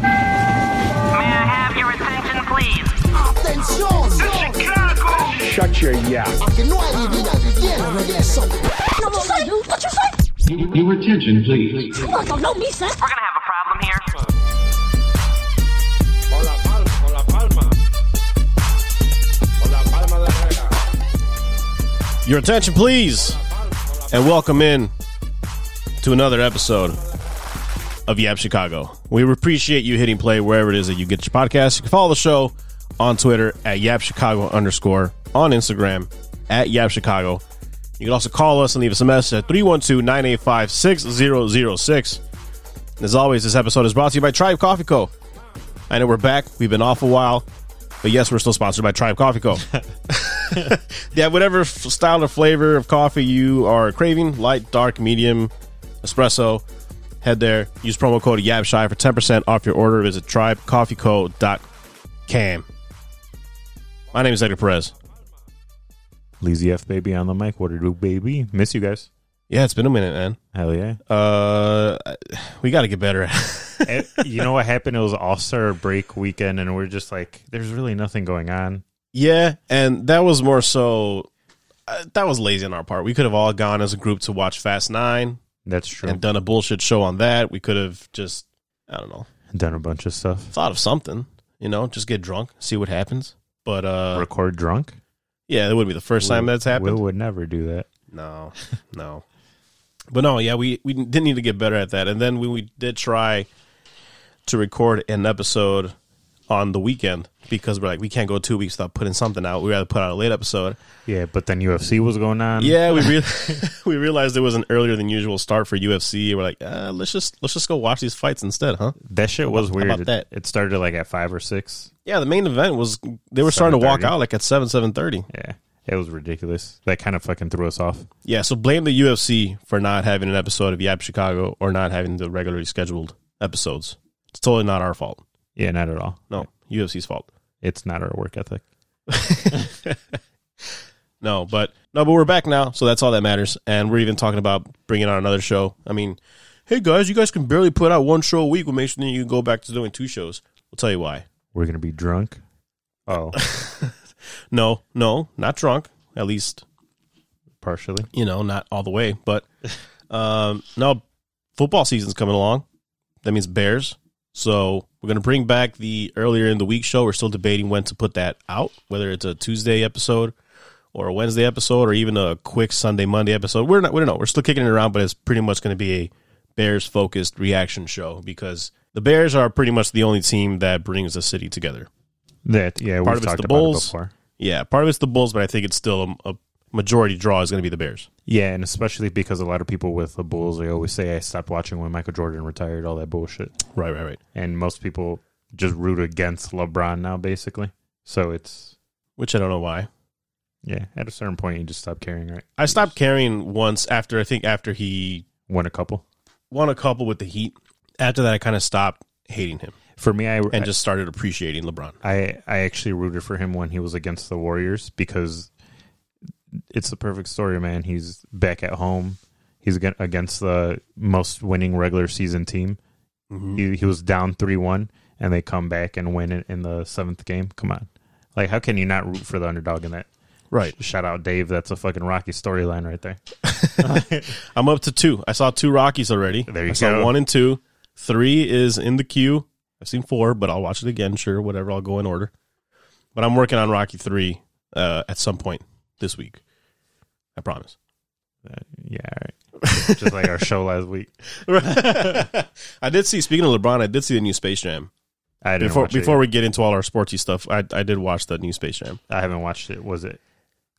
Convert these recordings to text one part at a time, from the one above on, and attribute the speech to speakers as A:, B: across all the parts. A: May I have your attention, please?
B: Attention!
C: Shut your yap.
B: You know I did that again already or something.
D: No, what you say? What you say?
E: Your attention, please.
D: Fuck, don't know me, son.
A: We're gonna have a problem here.
F: Your attention, please, and welcome in to another episode of Yap Chicago. We appreciate you hitting play wherever it is that you get your podcast. You can follow the show on Twitter at Yap Chicago underscore, on Instagram at Yap Chicago. You can also call us and leave us a message at 312 985 6006. As always, this episode is brought to you by Tribe Coffee Co. I know we're back. We've been off a while, but yes, we're still sponsored by Tribe Coffee Co. yeah, whatever f- style or flavor of coffee you are craving, light, dark, medium, espresso, head there. Use promo code YABSHY for 10% off your order. Visit tribecoffeeco.com. My name is Edgar Perez.
G: Lazy E F baby on the mic. What to do, baby? Miss you guys.
F: Yeah, it's been a minute, man.
G: Hell yeah.
F: Uh, we got to get better.
G: Eh, you know what happened? It was All Star break weekend, and we're just like, there's really nothing going on.
F: yeah, and that was more so. Uh, that was lazy on our part. We could have all gone as a group to watch Fast Nine
G: That's true.
F: and done a bullshit show on that. We could have just, I don't know,
G: Done a bunch of stuff.
F: thought of something. You know, just get drunk, see what happens. But uh,
G: Record drunk.
F: yeah, that wouldn't be the first time that's happened.
G: Will would never do that.
F: No, no. But no, yeah, we we did need to get better at that. And then when we did try to record an episode on the weekend because we're like we can't go two weeks without putting something out. We rather put out a late episode.
G: Yeah, but then UFC was going on.
F: Yeah, we re- we realized there was an earlier than usual start for UFC. and We're like, uh, let's just let's just go watch these fights instead, huh?
G: That shit was
F: How
G: weird.
F: about that?
G: It, it started like at five or six.
F: Yeah, the main event was they were starting to walk
G: 7:30.
F: out like at seven seven thirty.
G: Yeah. It was ridiculous. That kind of fucking threw us off.
F: Yeah, so blame the UFC for not having an episode of Yap Chicago or not having the regularly scheduled episodes. It's totally not our fault.
G: Yeah, not at all.
F: No, UFC's fault.
G: It's not our work ethic.
F: No, but no, but we're back now, so that's all that matters. And we're even talking about bringing on another show. I mean, hey guys, you guys can barely put out one show a week. We'll make sure that you go back to doing two shows. We'll tell you why.
G: We're gonna be drunk. Oh,
F: No, no, not drunk. At least
G: partially.
F: you know, not all the way, but um, now football season's coming along. That means Bears. So we're going to bring back the earlier in the week show. We're still debating when to put that out, whether it's a Tuesday episode or a Wednesday episode or even a quick Sunday Monday episode. We're not. We don't know. We're still kicking it around, but it's pretty much going to be a Bears focused reaction show because the Bears are pretty much the only team that brings the city together.
G: That yeah,
F: Part
G: we've
F: of it's
G: talked
F: the
G: about
F: Bulls.
G: it before.
F: Yeah, part of it's the Bulls, but I think it's still a, a majority draw is going to be the Bears.
G: Yeah, and especially because a lot of people with the Bulls, they always say, I stopped watching when Michael Jordan retired, all that bullshit.
F: Right, right, right.
G: And most people just root against LeBron now, basically. So it's,
F: Which I don't know why.
G: yeah, at a certain point, you just stop caring, right?
F: I stopped caring once after I think after he
G: Won a couple.
F: won a couple with the Heat. After that, I kind of stopped hating him
G: For me, I,
F: and just started appreciating LeBron.
G: I, I actually rooted for him when he was against the Warriors because it's the perfect story, man. He's back at home. He's ag- against the most winning regular season team.
F: Mm-hmm.
G: He, he was down 3 1, and they come back and win in, in the seventh game. Come on. Like, how can you not root for the underdog in that?
F: Right.
G: Shout out Dave. That's a fucking Rocky storyline right there.
F: I'm up to two. I saw two Rockies already.
G: There you
F: I saw
G: go.
F: one and two. Three is in the queue. I've seen four, but I'll watch it again. Sure, whatever. I'll go in order. But I'm working on Rocky three uh, at some point this week. I promise.
G: Yeah, all right. Just like our show last week.
F: I did see. Speaking of LeBron, I did see the new Space Jam.
G: I didn't
F: Before
G: watch it
F: before
G: yet.
F: we get into all our sportsy stuff, I I did watch the new Space Jam.
G: I haven't watched it. Was it?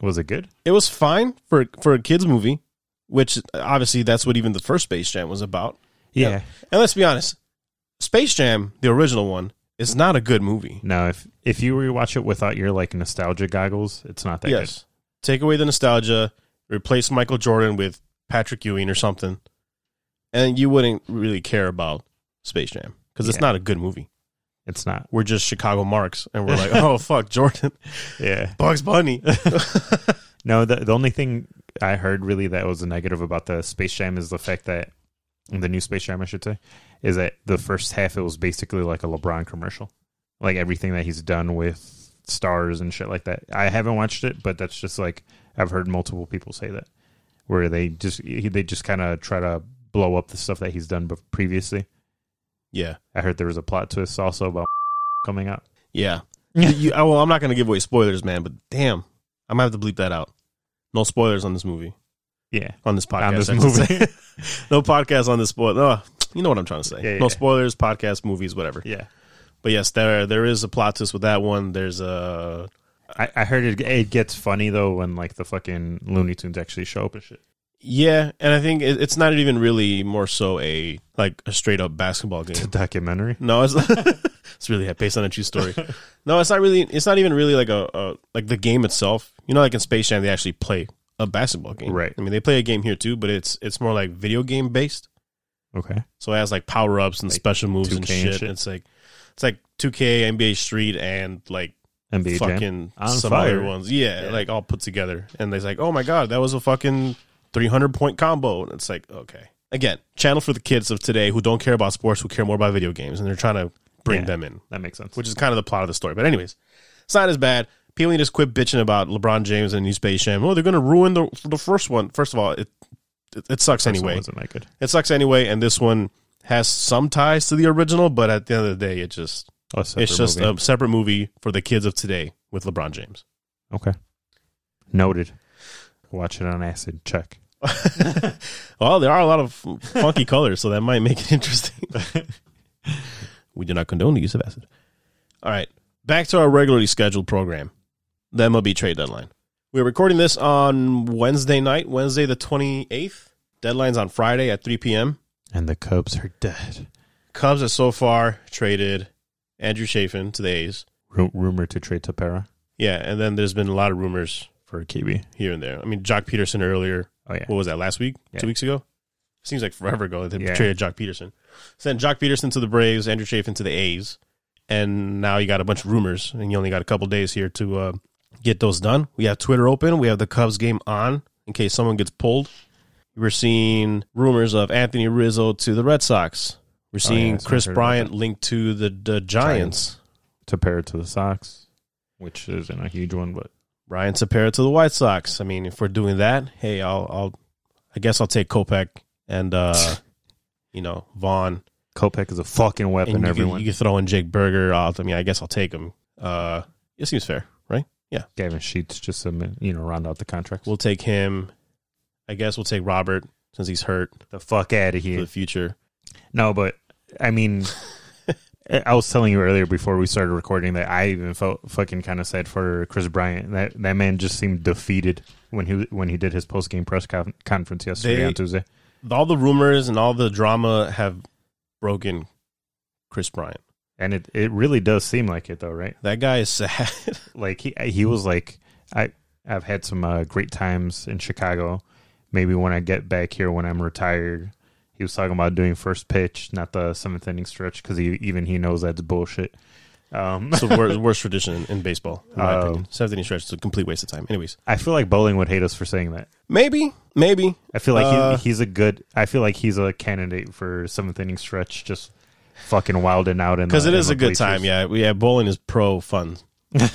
G: Was it good?
F: it was fine for for a kids movie, which obviously that's what even the first Space Jam was about.
G: yeah.
F: And let's be honest, Space Jam, the original one, is not a good movie.
G: No, if if you rewatch it without your like nostalgia goggles, it's not that
F: yes, take away the nostalgia, replace Michael Jordan with Patrick Ewing or something, and you wouldn't really care about Space Jam because it's
G: Yeah.
F: not a good movie.
G: good. It's not.
F: We're just Chicago marks, and we're like, oh fuck, Jordan,
G: Yeah.
F: Bugs Bunny.
G: No, the the only thing I heard really that was a negative about the Space Jam is the fact that the new Space Jam, I should say, is that the first half it was basically like a LeBron commercial, like everything that he's done with stars and shit like that. I haven't watched it, but that's just like I've heard multiple people say that, where they just he- they just kind of try to blow up the stuff that he's done bef- previously.
F: Yeah.
G: I heard there was a plot twist also about coming out.
F: Yeah. you, oh, well, I'm not going to give away spoilers, man, but damn. I'm going to have to bleep that out. No spoilers on this movie,
G: Yeah,
F: on this podcast.
G: on this
F: I should say.
G: movie.
F: no podcast on this spoil. Oh, you know what I'm trying to say.
G: Yeah, yeah,
F: no
G: yeah.
F: spoilers, podcast, movies, whatever.
G: yeah,
F: But yes, there there is a plot twist with that one. There's a
G: I, I heard it. It gets funny though when like the fucking Looney Tunes actually show up and shit.
F: yeah, and I think it, it's not even really more so a like a straight up basketball
G: The
F: game.
G: documentary.
F: No, it's it's really based on a true story. No, it's not really. It's not even really like a, a like the game itself. You know, like in Space Jam, they actually play a basketball game.
G: Right.
F: I mean, they play a game here too, but it's it's more like video game based.
G: Okay.
F: So it has like power ups and
G: Like
F: special moves and
G: 2K and
F: shit.
G: shit?
F: It's like it's like 2K, NBA Street, and like
G: NBA Jam.
F: fucking
G: On
F: some
G: fire.
F: other ones. Yeah,
G: Yeah.
F: like all put together. And they're like, oh my God, that was a fucking 300 point combo. And it's like, okay. Again, channel for the kids of today who don't care about sports, who care more about video games. And they're trying to bring
G: Yeah.
F: them in,
G: That makes sense.
F: which is kind of the plot of the story. But, anyways, it's not as bad. People need to just quit bitching about LeBron James and New Space Jam. Oh, they're going to ruin the, the first one. First of all, it, it, it sucks
G: This one
F: anyway.
G: wasn't that good.
F: It sucks anyway. And this one has some ties to the original, but at the end of the day, it just
G: Oh,
F: it's just a separate movie for the kids of today with LeBron James.
G: okay. Noted. Watch it on acid. Check.
F: well, there are a lot of funky colors, so that might make it interesting. we do not condone the use of acid. All right, back to our regularly scheduled program, the MLB trade deadline. We're recording this on Wednesday night, Wednesday the 28th. Deadline's on Friday at 3 p.m.
G: And the Cubs are dead.
F: Cubs have so far traded Andrew Chafin to the A's.
G: Ru- rumor to trade Tapera
F: Yeah, and then there's been a lot of rumors
G: for Kiwi.
F: here and there. I mean, Jock Peterson earlier
G: Oh yeah.
F: what was that last week?
G: Yeah.
F: Two weeks ago? Seems like forever ago that they
G: Yeah.
F: traded Jock Peterson. Sent Jock Peterson to the Braves, Andrew Chafin to the A's, and now you got a bunch of rumors, and you only got a couple days here to uh, get those done. We have Twitter open. We have the Cubs game on in case someone gets pulled. We're seeing rumors of Anthony Rizzo to the Red Sox.
G: Oh,
F: We're seeing
G: yeah, so I
F: Chris
G: heard about
F: Bryant
G: that.
F: linked to the, the Giants.
G: Tapera to the Sox, which isn't a huge one, but
F: Ryan Tapera to the White Sox. I mean, if we're doing that, hey, I'll, I'll, I guess I'll take Kopech and, uh, you know, Vaughn.
G: Kopech is a fucking weapon.
F: And you
G: everyone.
F: Could, you could throw in Jake Berger. I'll, I mean, I guess I'll take him. Uh, it seems fair, right? Yeah,
G: Gavin Sheets just to you know round out the contract.
F: we'll take him. I guess we'll take Robert since he's hurt
G: the fuck out of
F: for
G: here.
F: the future.
G: No, but I mean, I I was telling you earlier before we started recording that I even felt fucking kind of sad for Chris Bryant. That that man just seemed defeated when he when he did his post game press con- conference yesterday
F: They-
G: on Tuesday.
F: All the rumors and all the drama have broken Chris Bryant.
G: And it, it really does seem like it though, right?
F: That guy is sad.
G: Like he he was like I I've had some uh, great times in Chicago. Maybe when I get back here when I'm retired, he was talking about doing first pitch, not the seventh inning stretch, because he even he knows that's bullshit. Um,
F: it's the worst, worst tradition in, in baseball. In my
G: Oh.
F: opinion. Seventh inning stretch is a complete waste of time. Anyways,
G: I feel like bowling would hate us for saying that.
F: maybe, maybe.
G: I feel like
F: Uh,
G: he, he's a good. I feel like he's a candidate for seventh inning stretch, just fucking wilding out in
F: because
G: the-
F: it
G: in
F: is
G: the
F: a good
G: bleachers.
F: time. Yeah, yeah. Bowling is pro fun,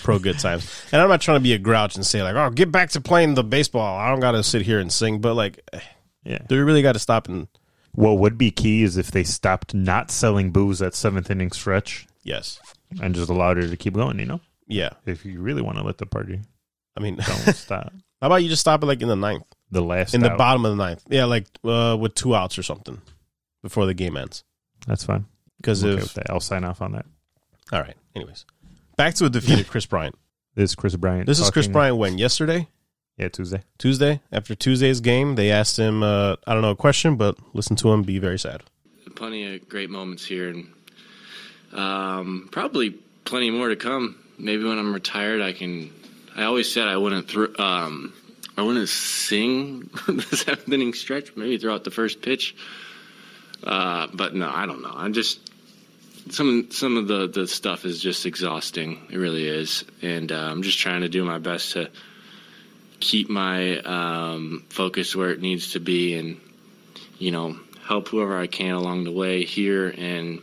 F: pro good times. And I'm not trying to be a grouch and say like, "Oh, get back to playing the baseball." I don't gotta sit here and sing, but like, eh,
G: yeah.
F: do we really got to stop and
G: What would be key is if they stopped not selling booze at seventh inning stretch
F: yes,
G: and just allowed her to keep going. You know,
F: yeah.
G: if you really want to let the party,
F: I mean, how
G: don't stop.
F: about you just stop it like in the ninth,
G: The last
F: in the
G: out.
F: bottom of the ninth? Yeah, like uh, with two outs or something before the game ends.
G: That's fine.
F: Because
G: I'm okay
F: if
G: with that. I'll sign off on that.
F: all right, anyways, back to a defeated Chris Bryant.
G: This is Chris Bryant.
F: This is Chris
G: talking-
F: Bryant when yesterday.
G: Yeah, Tuesday.
F: Tuesday, after Tuesday's game, they asked him, uh, I don't know, a question, but listen to him be very sad.
H: plenty of great moments here, and um, probably plenty more to come. Maybe when I'm retired, I can. I always said I wouldn't. Th- um, I wouldn't sing the seventh inning stretch. Maybe throw out the first pitch. Uh, but no, I don't know. I'm just some some of the the stuff is just exhausting. It really is, and uh, I'm just trying to do my best to keep my um, focus where it needs to be and you know help whoever I can along the way here and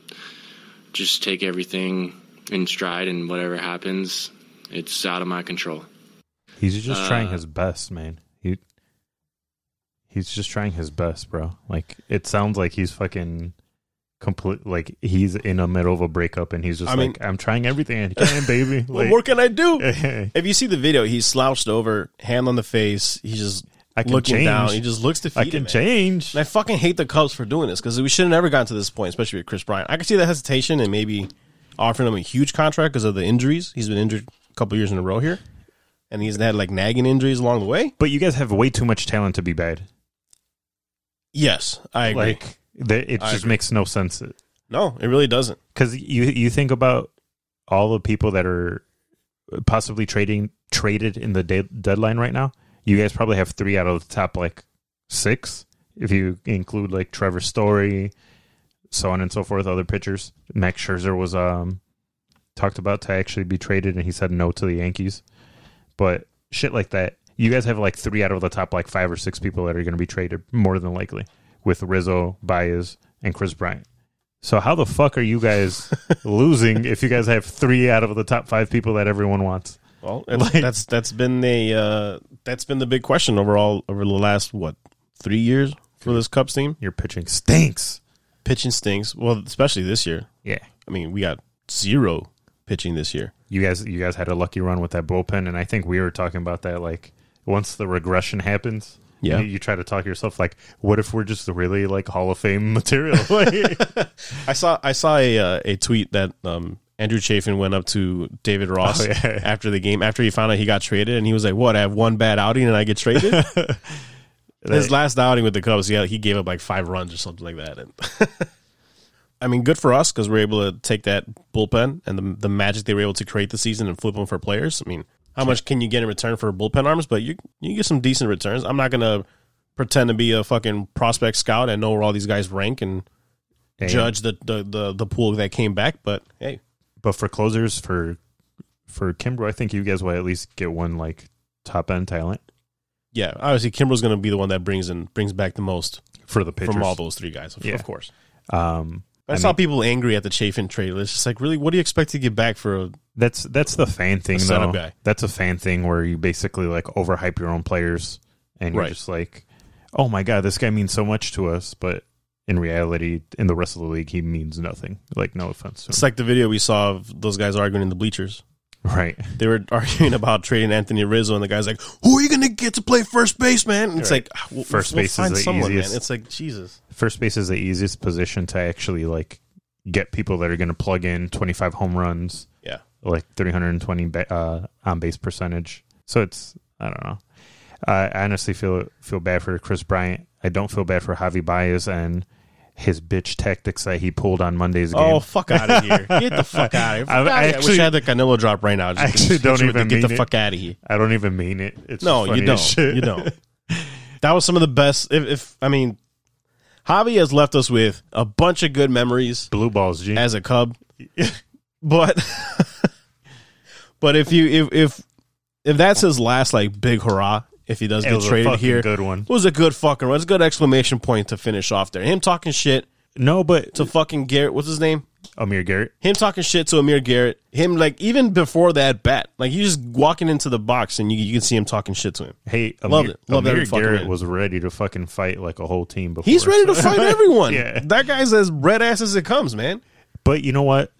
H: just take everything in stride and whatever happens, it's out of my control.
G: He's just
H: Uh,
G: trying his best, man. He he's just trying his best, bro. Like it sounds like he's fucking complete. Like he's in the middle of a breakup, and he's just
F: I mean-
G: like, "I'm trying everything I can, baby."
F: What
G: Like,
F: more can I do?
G: I
F: If you see the video, he's slouched over, hand on the face. He's just
G: I can
F: looking
G: change.
F: down. He just looks defeated.
G: can
F: man.
G: change.
F: And I fucking hate the Cubs for doing this because we should have never gotten to this point, especially with Chris Bryant. I could see the hesitation and maybe offering him a huge contract because of the injuries. He's been injured a couple years in a row here, and he's had like nagging injuries along the way.
G: But you guys have way too much talent to be bad.
F: Yes, I agree.
G: Like that, it
F: I
G: just
F: agree.
G: makes no sense.
F: no, it really doesn't.
G: Because you you think about all the people that are possibly trading traded in the de- deadline right now. You guys probably have three out of the top like six, if you include like Trevor Story, so on and so forth, other pitchers. Max Scherzer was um talked about to actually be traded, and he said no to the Yankees. But shit like that, you guys have like three out of the top like five or six people that are going to be traded more than likely, with Rizzo, Baez, and Chris Bryant. So how the fuck are you guys losing if you guys have three out of the top five people that everyone wants?
F: Well, that's that's, that's been the uh, that's been the big question overall over the last what three years for this Cubs team.
G: Your pitching stinks.
F: Pitching stinks. Well, especially this year.
G: Yeah,
F: I mean, we got zero pitching this year.
G: you guys, you guys had a lucky run with that bullpen, and I think we were talking about that. Like once the regression happens,
F: Yeah.
G: you, you try to talk yourself like, what if we're just really like Hall of Fame material? Like,
F: I saw I saw a uh, a tweet that um, Andrew Chafin went up to David Ross
G: Oh, yeah.
F: after the game after he found out he got traded and he was like, "What? I have one bad outing and I get traded." His last outing with the Cubs, yeah, he gave up like five runs or something like that. And I mean, good for us because we're able to take that bullpen and the the magic they were able to create this season and flip them for players. I mean, how much can you get in return for bullpen arms? But you you get some decent returns. I'm not gonna pretend to be a fucking prospect scout and know where all these guys rank and
G: And-
F: judge the, the the the pool that came back. But hey,
G: but for closers, for for Kimbrough, I think you guys will at least get one like top end talent
F: yeah, obviously Kimbrel's going to be the one that brings in brings back the most
G: for the pitchers
F: from all those three guys, of,
G: Yeah.
F: of course.
G: Um,
F: I, saw people angry at the Chafin trade. It's just like, really, what do you expect to get back for? A,
G: That's that's the fan thing though.
F: setup guy.
G: That's a fan thing where you basically like overhype your own players and you're
F: Right.
G: just like, "Oh my god, this guy means so much to us," but in reality, in the rest of the league, he means nothing. Like no offense to
F: it's
G: him.
F: like the video we saw of those guys arguing in the bleachers.
G: right.
F: They were arguing about trading Anthony Rizzo, and the guy's like, "Who are you going to get to play first base, man?" And it's
G: Right.
F: like, "Ah, "We'll-
G: First
F: we'll
G: base is
F: find
G: the easiest.
F: Man. It's like Jesus.
G: First base is the easiest position to actually like get people that are going to plug in 25 home runs,
F: Yeah,
G: like 320 ba- uh, on base percentage. So it's I don't know. I I honestly feel feel bad for Chris Bryant. I don't feel bad for Javi Baez and his bitch tactics that he pulled on Monday's game.
F: Oh, fuck out of here! Get the fuck out
G: I-
F: of here! Fuck outta here. I wish
G: actually-
F: I had the Canelo drop right now. Just
G: I actually
F: hit you
G: don't
F: with the
G: even
F: get the
G: mean it.
F: fuck out of here.
G: I don't even mean it. It's
F: No,
G: just funny
F: you
G: as
F: don't.
G: shit.
F: You don't. That was some of the best. If, if I mean, Javi has left us with a bunch of good memories
G: Blue balls, G.
F: as a Cub, but but if you if if if that's his last like big hurrah, if he does
G: It
F: get
G: was a
F: traded
G: fucking
F: here,
G: good one.
F: It was a good fucking run. It's a good exclamation point to finish off there. Him talking shit
G: no, but
F: to fucking Garrett. What's his name?
G: Amir Garrett.
F: him talking shit to Amir Garrett, him like even before that bat, like you just walking into the box and you you can see him talking shit to him.
G: Hey, Amir,
F: Loved it. Loved
G: Amir
F: every fucking
G: Garrett
F: minute.
G: was ready to fucking fight like a whole team before.
F: He's ready to
G: so-
F: fight everyone.
G: Yeah.
F: That guy's as red ass as it comes, man.
G: But you know what?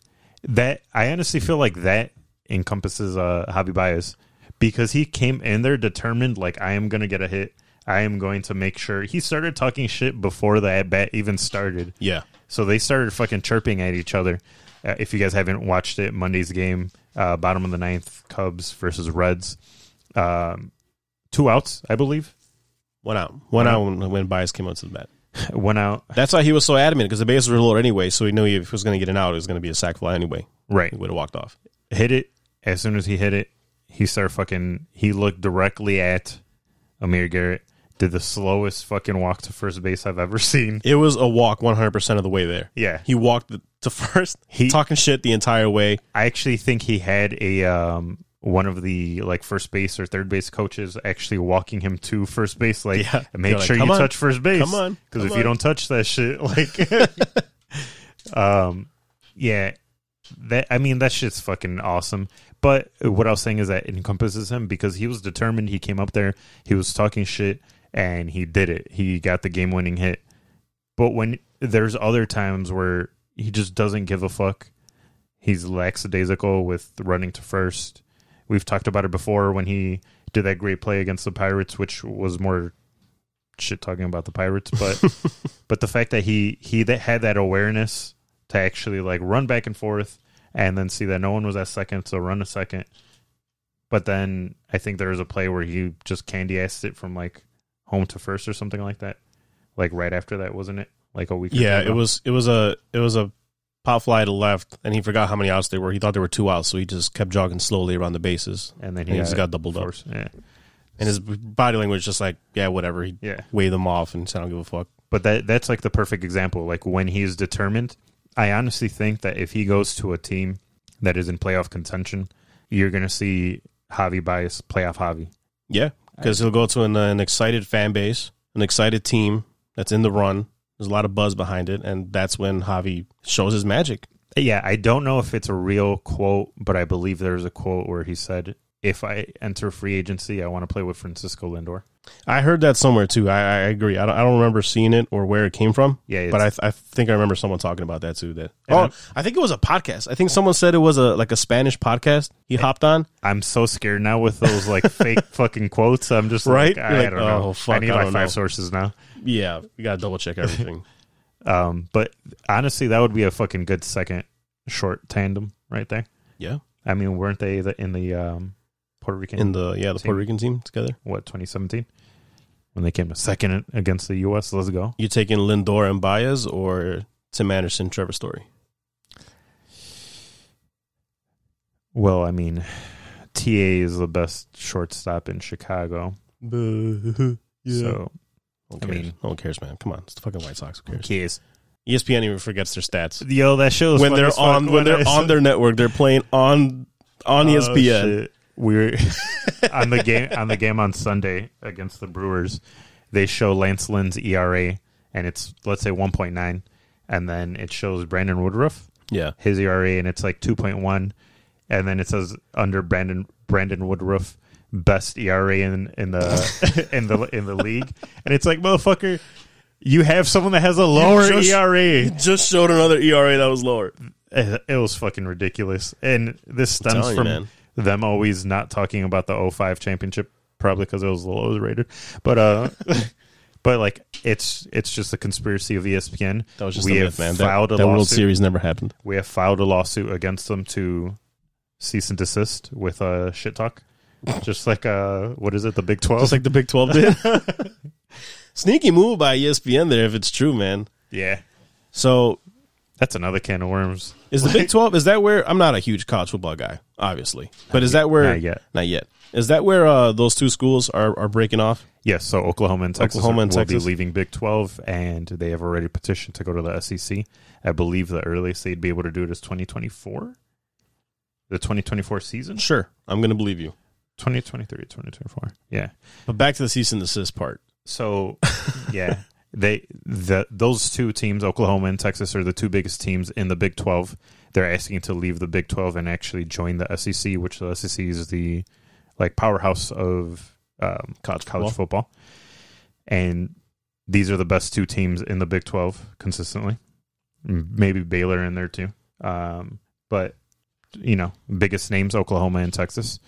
G: That I honestly feel like that encompasses uh Javi Baez because he came in there determined like I am gonna get a hit. I am going to make sure he started talking shit before the at bat even started.
F: Yeah.
G: So they started fucking chirping at each other. Uh, if you guys haven't watched it, Monday's game, uh, bottom of the ninth, Cubs versus Reds. Um, two outs, I believe.
F: Went out. Went out when, when Bias came out to the bat.
G: One out.
F: That's why he was so adamant because the bases were lower anyway, so he knew if he was going to get an out, it was going to be a sack fly anyway.
G: Right.
F: He would have walked off.
G: hit it. As soon as he hit it, he started fucking. He looked directly at Amir Garrett. Did the slowest fucking walk to first base I've ever seen.
F: It was a walk 100% of the way there.
G: Yeah.
F: He walked the- to first,
G: He-
F: talking shit the entire way.
G: I actually think he had a um, one of the like first base or third base coaches actually walking him to first base, like
F: Yeah.
G: make
F: They're like,
G: sure
F: "Come
G: you
F: on.
G: touch first base,
F: Come on.
G: because
F: Come
G: if
F: on."
G: you don't touch that shit, like, um, yeah, that I mean that shit's fucking awesome. But what I was saying is that it encompasses him because he was determined. He came up there, he was talking shit, and he did it. He got the game winning hit. But when there's other times where he just doesn't give a fuck, he's lackadaisical with running to first. We've talked about it before when he did that great play against the Pirates, which was more shit talking about the Pirates, but but the fact that he he that had that awareness to actually like run back and forth and then see that no one was at second, so run a second. But then I think there was a play where he just candy assed it from like home to first or something like that. Like right after that, wasn't it? Like a week. or
F: Yeah,
G: two
F: it
G: ago?
F: was it was a it was a pop fly to left, and he forgot how many outs there were. He thought there were two outs, so he just kept jogging slowly around the bases,
G: And then
F: he just got doubled up.
G: forced- Yeah.
F: and his body language was just like yeah, whatever. He
G: Yeah.
F: waved them off and said, "I don't give a fuck."
G: but that that's like the perfect example. Like when he is determined, I honestly think that if he goes to a team that is in playoff contention, you're gonna see Javi Bias playoff Javi.
F: Yeah, because he'll go to an, uh, an excited fan base, an excited team that's in the run. There's a lot of buzz behind it, and that's when Javi shows his magic.
G: Yeah, I don't know if it's a real quote, but I believe there's a quote where he said, "If I enter free agency, I want to play with Francisco Lindor."
F: I heard that somewhere too. I, I agree. I don't, I don't remember seeing it or where it came from.
G: Yeah, it's-
F: but I, th- I think I remember someone talking about that too. That
G: And
F: oh,
G: I'm-
F: I think it was a podcast. I think someone said it was a like a Spanish podcast. He hopped on.
G: I'm so scared now with those like fake fucking quotes. I'm just
F: Right?
G: like, I,
F: You're like,
G: don't
F: "Oh,
G: know.
F: fuck,
G: I need
F: I
G: my
F: don't
G: five
F: know."
G: sources now.
F: Yeah, we gotta double check everything.
G: Um, but honestly, that would be a fucking good second short tandem right there.
F: yeah,
G: I mean, weren't they the, in the um, Puerto Rican
F: in the yeah the
G: Team.
F: Puerto Rican team together.
G: what 2017 when they came second against the U.S.? Let's go.
F: You taking Lindor and Baez or Tim Anderson, Trevor Story?
G: Well, I mean, Ta is the best shortstop in Chicago.
F: yeah.
G: So
F: Who
G: I
F: cares?
G: mean-
F: no one cares, man. Come on, it's the fucking White Sox. Who cares?
G: Keys.
F: ESPN even forgets their stats
G: Yo, that shows
F: when they're on when Oh, they're on their network. They're playing on on E ESPN.
G: We're on the game on the game on Sunday against the Brewers. They show Lance Lynn's ERA, and it's let's say 1.9, and then it shows Brandon Woodruff.
F: Yeah,
G: his ERA, and it's like two point one, and then it says under Brandon Brandon Woodruff best ERA in in the in the in the league, and it's like motherfucker, you have someone that has a lower E
F: just-
G: ERA.
F: just showed another ERA that was lower.
G: It it was fucking ridiculous, and this stems
F: telling you,
G: from
F: man.
G: them always not talking about the 05 championship, probably because it was the lowest rated, but uh. But like it's it's just a conspiracy of E ESPN.
F: That was just
G: we
F: a
G: have
F: myth, man. That,
G: filed a
F: that World
G: lawsuit.
F: Series never happened.
G: We have filed a lawsuit against them to cease and desist with uh, shit talk. Just like uh, what is it, the Big Twelve?
F: Just like the Big Twelve did. Sneaky move by E ESPN there, if it's true, man.
G: yeah,
F: So
G: that's another can of worms.
F: Is the Big Twelve? Is that where I'm not a huge college football guy, obviously, but is that where
G: Not yet.
F: Not yet. Is that where uh, those two schools are, are breaking off?
G: Yes, so Oklahoma and Texas
F: Oklahoma
G: are-
F: and
G: will
F: Texas.
G: be leaving Big Twelve, and they have already petitioned to go to the SEC. I believe the earliest they'd be able to do it is twenty twenty four. The 2024 season?
F: Sure, I'm going to believe you.
G: 2023, 2024. Yeah.
F: But back to the cease and desist part.
G: So, yeah, they the those two teams, Oklahoma and Texas, are the two biggest teams in the Big Twelve. They're asking to leave the Big Twelve and actually join the SEC, which the SEC is the like powerhouse of um,
F: College
G: college football. And these are the best two teams in the Big Twelve consistently. M- Maybe Baylor in there too, um, but you know, biggest names Oklahoma and Texas.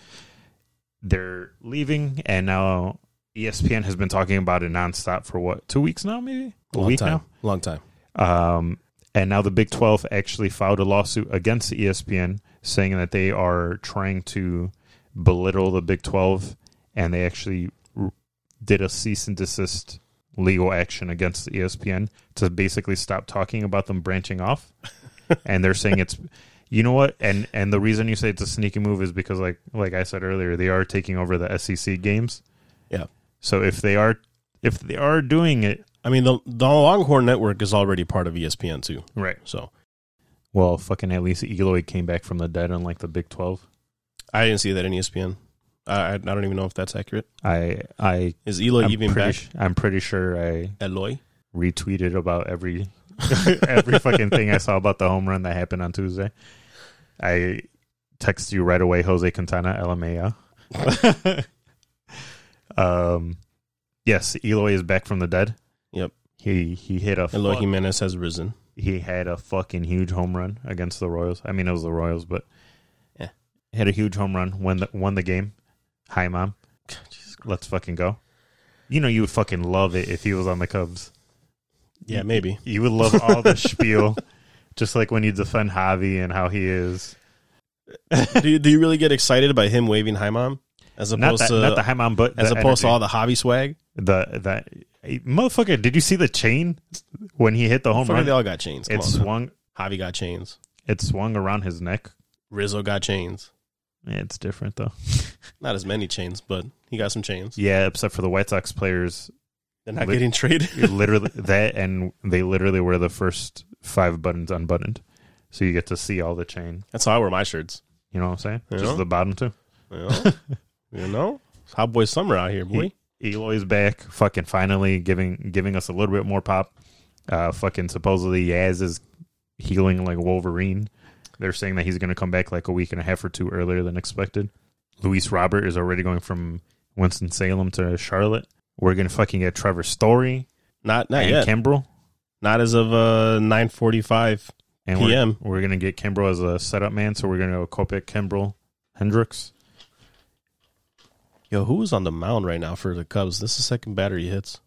G: They're leaving, and now E ESPN has been talking about it nonstop for what two weeks now, maybe a
F: Long
G: week
F: time. Long time.
G: now. Um, and now the Big Twelve actually filed a lawsuit against E ESPN, saying that they are trying to belittle the Big Twelve, and they actually r- did a cease and desist legal action against E ESPN to basically stop talking about them branching off. and they're saying it's, you know what, and and the reason you say it's a sneaky move is because like like I said earlier, they are taking over the SEC games.
F: Yeah.
G: So if they are if they are doing it
F: I mean, the the Longhorn Network is already part of E ESPN too.
G: right,
F: So
G: well, fucking at least Eloy came back from the dead on like the Big Twelve.
F: I didn't see that in E ESPN. I I, I don't even know if that's accurate.
G: I I
F: Is Eloy
G: I'm
F: even
G: pretty,
F: back?
G: su- I'm pretty sure I
F: Eloy.
G: retweeted about every every fucking thing I saw about the home run that happened on Tuesday. I text you right away, Jose Quintana, LMAO. um, yes, Eloy is back from the dead.
F: Yep.
G: He he hit a
F: Eloy
G: fuck-
F: Jimenez has risen.
G: he had a fucking huge home run against the Royals. I mean, it was the Royals, but
F: Yeah.
G: had a huge home run. Won the won the game. Hi, mom. Let's fucking go. You know, you would fucking love it if he was on the Cubs.
F: Yeah, maybe.
G: You would love all the spiel, just like when you defend Javi and how he is.
F: do, you, do you really get excited by him waving hi mom as
G: Not
F: opposed
G: that,
F: to
G: not the high mom, but
F: as
G: the
F: opposed to all
G: energy.
F: the hobby swag?
G: the that hey, motherfucker. Did you see the chain when he hit the home
F: Fucking
G: run?
F: they all got chains. Come
G: it
F: on, now.
G: swung.
F: Javi got chains.
G: It swung around his neck.
F: Rizzo got chains.
G: It's different though.
F: Not as many chains, but he got some chains.
G: Yeah, except for the White Sox players
F: They're not
G: Lit-
F: getting traded.
G: literally that and they literally were the first five buttons unbuttoned so you get to see all the chain
F: That's how I wear my shirts.
G: you know what i'm saying
F: Yeah.
G: just the bottom two
F: You know, you know? It's hot boy summer out here, boy.
G: He- eloy's back fucking finally giving giving us a little bit more pop uh fucking supposedly yaz is healing like wolverine they're saying that he's going to come back like a week and a half or two earlier than expected luis robert is already going from winston-salem to charlotte we're going to fucking get trevor story
F: Not not
G: and
F: yet.
G: Kimbrel.
F: not as of uh nine forty five.
G: And
F: PM.
G: we're, we're going to get Kimbrel as a setup man, so we're going to go Kopech, Kimbrel, Hendricks.
F: Yo, who's on the mound right now for the Cubs? This is the second batter he hits.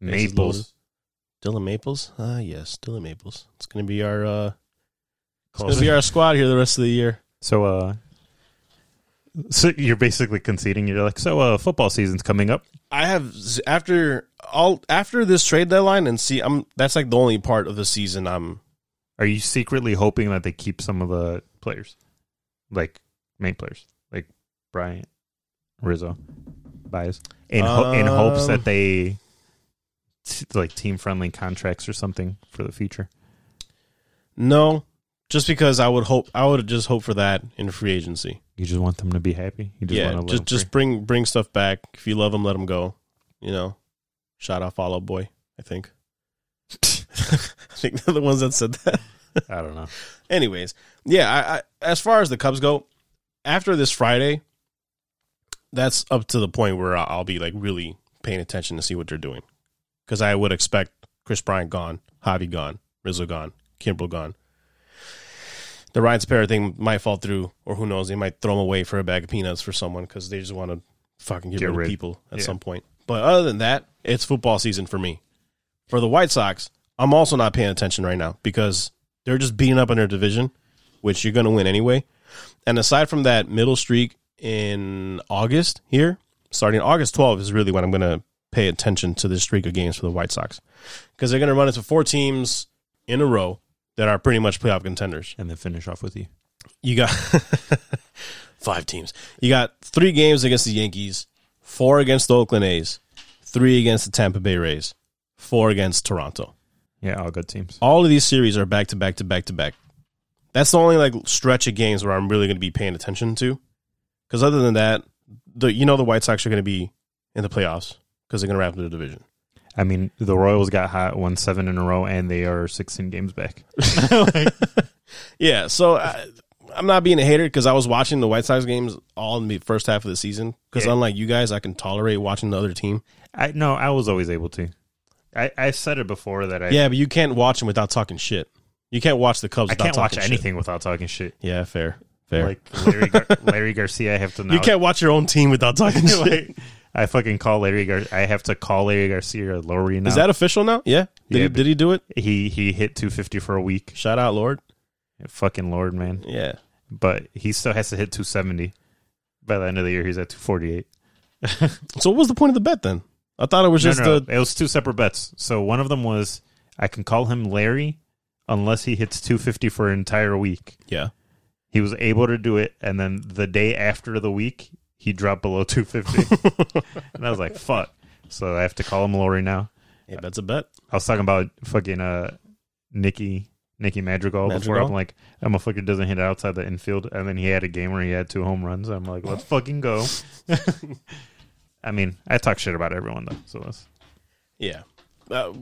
F: Bases loaded.
G: Maples.
F: Dylan Maples? Ah yes, Dylan Maples. It's gonna be our uh it's
G: Close.
F: gonna be our squad here the rest of the year.
G: So, uh, so you're basically conceding. You're like, so uh, football season's coming up.
F: I have z- after all after this trade deadline and see I'm that's like the only part of the season I'm
G: Are you secretly hoping that they keep some of the players, like main players, like Bryant, Rizzo, Bias, in ho- in hopes
F: Um,
G: that they t- like team friendly contracts or something for the future?
F: no just because I would hope I would just hope for that in free agency.
G: You just want them to be happy. You just
F: yeah,
G: want to
F: just just bring bring stuff back. If you love them, let them go. You know, shout out Follow Boy. I think. I think they're the ones that said that.
G: I don't know.
F: Anyways, yeah. I, I, as far as the Cubs go, after this Friday, that's up to the point where I'll I'll be like really paying attention to see what they're doing, because I would expect Chris Bryant gone, Javi gone, Rizzo gone, Kimbrel gone. The Ryan Sparrow thing might fall through, or who knows? They might throw him away for a bag of peanuts for someone because they just want to fucking get,
G: Get
F: rid,
G: rid.
F: of people at
G: Yeah.
F: some point. But other than that, it's football season for me. For the White Sox, I'm also not paying attention right now because they're just beating up on their division, which you're going to win anyway. And aside from that middle streak in August here, starting August 12th is really when I'm going to pay attention to this streak of games for the White Sox because they're going to run into four teams in a row that are pretty much playoff contenders.
G: And then finish off with you.
F: You got five teams. You got three games against the Yankees, four against the Oakland A's, three against the Tampa Bay Rays, four against Toronto.
G: Yeah, all good teams.
F: All of these series are back to back to back to back. That's the only like stretch of games where I'm really going to be paying attention to, because other than that, the you know the White Sox are going to be in the playoffs because they're going to wrap up the division.
G: I mean, the Royals got hot, won seven in a row, and they are 16 games back.
F: Yeah, so I, I'm not being a hater because I was watching the White Sox games all in the first half of the season. Because
G: Yeah.
F: unlike you guys, I can tolerate watching the other team.
G: I No, I was always able to. I, I said it before that I,
F: Yeah, but you can't watch them without talking shit. You can't watch the Cubs.
G: I
F: Without
G: can't watch
F: talking shit.
G: anything without talking shit.
F: Yeah, fair, fair.
G: Like Larry, Gar- Larry Garcia, I have to know.
F: you can't watch your own team without talking shit.
G: like, I fucking call Larry Gar- I have to call Larry Garcia Lori now.
F: Is that official now? Yeah. Did,
G: Yeah,
F: he,
G: but-
F: did he do it?
G: he, he hit 250 for a week.
F: Shout out, Lord.
G: Fucking Lord, man.
F: Yeah.
G: But he still has to hit 270. By the end of the year, he's at 248.
F: So what was the point of the bet then? I thought it was just
G: no, no,
F: the
G: it was two separate bets. So one of them was I can call him Larry unless he hits 250 for an entire week.
F: yeah.
G: He was able to do it, and then the day after the week, he dropped below 250, and I was like, "Fuck!" So I have to call him Larry now.
F: Hey, that's a bet.
G: I was talking about fucking uh, Nikki Nicky Madrigal, before.
F: Madrigal?
G: I'm like, that motherfucker doesn't hit it outside the infield. And then he had a game where he had two home runs. I'm like, let's fucking go. I mean, I talk shit about everyone though, so that's
F: Yeah. Uh,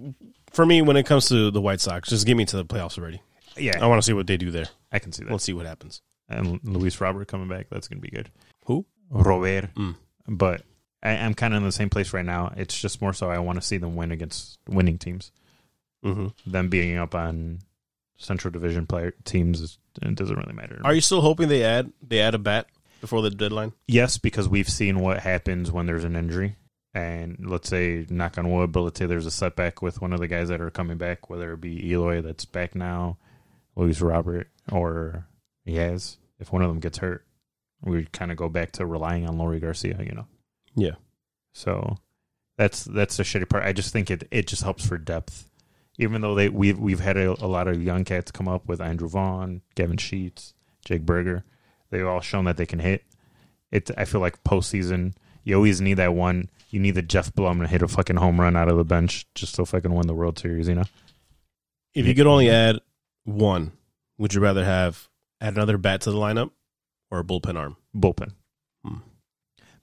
F: for me, when it comes to the White Sox, just get me to the playoffs already.
G: yeah.
F: I want to see what they do there.
G: I can see that.
F: Let's see what happens.
G: and Luis Robert coming back. That's going to be good.
F: Who?
G: Robert.
F: Mm.
G: But I, I'm kind of in the same place right now. It's just more so I want to see them win against winning teams.
F: Mm-hmm.
G: Them being up on Central Division player teams is, it doesn't really matter.
F: Are you still hoping they add they add a bat before the deadline?
G: yes, because we've seen what happens when there's an injury. And let's say, knock on wood, but let's say there's a setback with one of the guys that are coming back, whether it be Eloy that's back now, Luis Robert, or Yaz. If one of them gets hurt, we kind of go back to relying on Lori Garcia, you know?
F: Yeah.
G: So that's that's the shitty part. I just think it it just helps for depth. Even though they we've we've had a, a lot of young cats come up with Andrew Vaughn, Gavin Sheets, Jake Berger. They've all shown that they can hit. It I feel like postseason you always need that one. You need the Jeff Blum to hit a fucking home run out of the bench just so fucking win the World Series. You know,
F: If you could only add one, would you rather have add another bat to the lineup or a bullpen arm?
G: bullpen.
F: Hmm.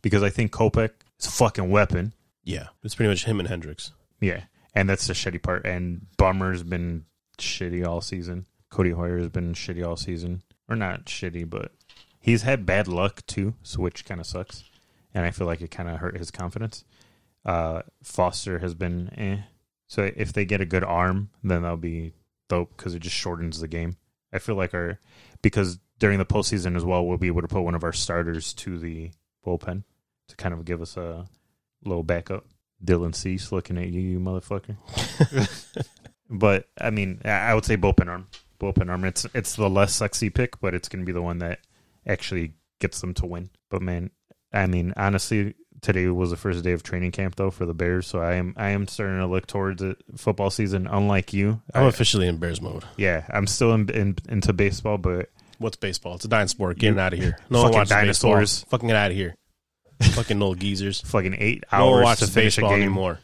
G: Because I think Kopech is a fucking weapon.
F: Yeah, it's pretty much him and Hendricks.
G: Yeah, and that's the shitty part. And Bummer's been shitty all season. Cody Hoyer's been shitty all season, or not shitty, but he's had bad luck too, so which kind of sucks. And I feel like it kind of hurt his confidence. Uh, Foster has been eh. So if they get a good arm, then that'll be dope because it just shortens the game. I feel like our because during the postseason as well, we'll be able to put one of our starters to the bullpen to kind of give us a little backup. Dylan Cease looking at you, you motherfucker. but I mean, I- I would say bullpen arm, bullpen arm. It's it's the less sexy pick, but it's going to be the one that actually gets them to win. But man, I mean, honestly, today was the first day of training camp though for the Bears, so I am I am starting to look towards it football season. Unlike you,
F: I'm
G: I-
F: officially in Bears mode.
G: yeah, I'm still in, in, into baseball, but
F: What's baseball? It's a dying sport. Getting out of here. No one
G: Fucking
F: watches
G: dinosaurs.
F: baseball. Fucking get out of here. fucking old geezers.
G: fucking eight
F: No one
G: hours to
F: watches
G: finish a
F: baseball
G: game.
F: anymore.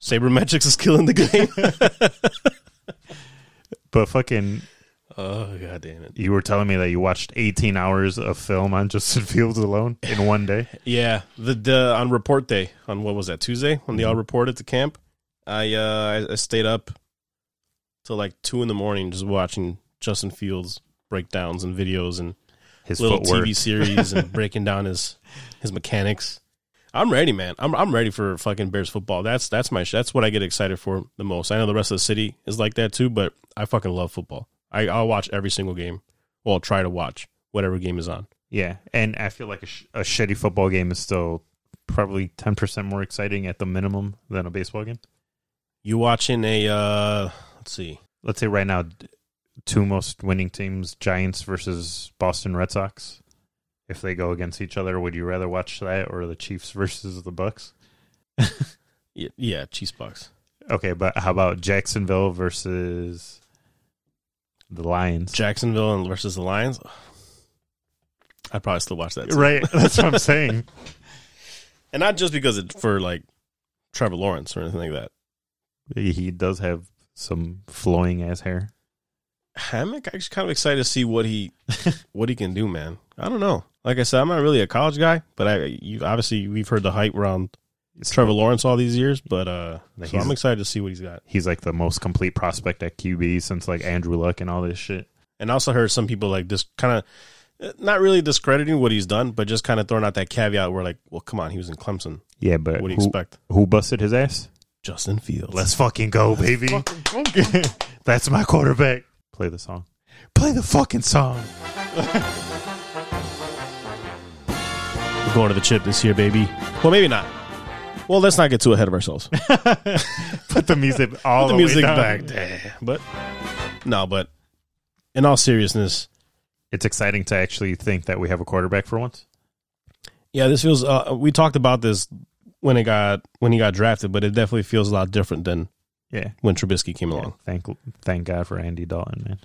F: Sabermetrics is killing the game.
G: But fucking,
F: oh god damn it.
G: you were telling me that you watched 18 hours of film on Justin Fields alone in one day.
F: Yeah, the the on report day on what was that Tuesday when
G: Mm-hmm.
F: they all reported to camp. I uh I, I stayed up till like two in the morning just watching Justin Fields breakdowns and videos and
G: His
F: little
G: footwork.
F: TV series and breaking down his his mechanics. I'm ready, man. I'm I'm ready for fucking Bears football. That's that's my sh- that's what I get excited for the most. I know the rest of the city is like that too, but I fucking love football. I I'll watch every single game. Well, try to watch whatever game is on.
G: Yeah, and I feel like a, sh- a shitty football game is still probably 10% more exciting at the minimum than a baseball game.
F: You watching a uh let's see.
G: Let's say right now, d- two most winning teams, Giants versus Boston Red Sox. If they go against each other, would you rather watch that or the Chiefs versus the Bucks?
F: Y- Yeah, Chiefs Bucks.
G: Okay, but how about Jacksonville versus the Lions?
F: Jacksonville and versus the Lions. I'd probably still watch that, too.
G: right, that's what I'm saying.
F: and not just because it's for like Trevor Lawrence or anything like that.
G: He does have some flowing ass hair.
F: I'm ac- actually kind of excited to see what he what he can do, man. I don't know. Like I said, I'm not really a college guy, but I you obviously we've heard the hype around Trevor Lawrence all these years, but uh,
G: Like
F: so
G: he's-
F: I'm excited to see what he's got.
G: He's like the most complete prospect at QB since like Andrew Luck and all this shit.
F: And I also heard some people like this kind of not really discrediting what he's done, but just kind of throwing out that caveat where like, well, come on, he was in Clemson.
G: Yeah, but
F: What do you
G: who,
F: expect?
G: who busted his ass?
F: Justin Fields.
G: Let's fucking go, baby. That's my quarterback. Play the song. Play the fucking song.
F: We're going to the chip this year, baby. Well, maybe not. Well, let's not get too ahead of ourselves.
G: Put the music all
F: the
G: way
F: music
G: down.
F: back there. But no, but in all seriousness,
G: It's exciting to actually think that we have a quarterback for once.
F: yeah, this feels. Uh, we talked about this when it got when he got drafted, but it definitely feels a lot different than
G: Yeah.
F: when Trubisky came along.
G: Thank thank God for Andy Dalton, man.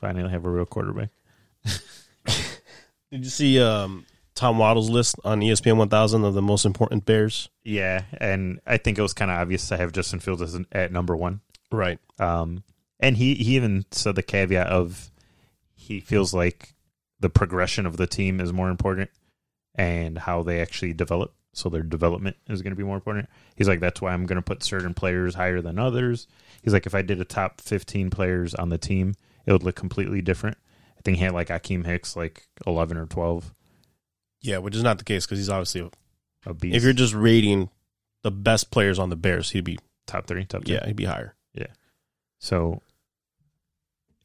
G: Finally have a real quarterback.
F: Did you see um, Tom Waddle's list on E ESPN 1000 of the most important Bears?
G: Yeah, and I think it was kind of obvious to have Justin Fields as an, at number one.
F: Right.
G: Um, and he he even said the caveat of he feels like the progression of the team is more important and how they actually develop. So their development is going to be more important. He's like, that's why I'm going to put certain players higher than others. He's like, if I did a top 15 players on the team, it would look completely different. I think he had like Akeem Hicks, like 11 or 12.
F: Yeah, which is not the case because he's obviously.
G: A beast.
F: If you're just rating the best players on the Bears, he'd be
G: top three, top two.
F: yeah, he'd be higher.
G: So,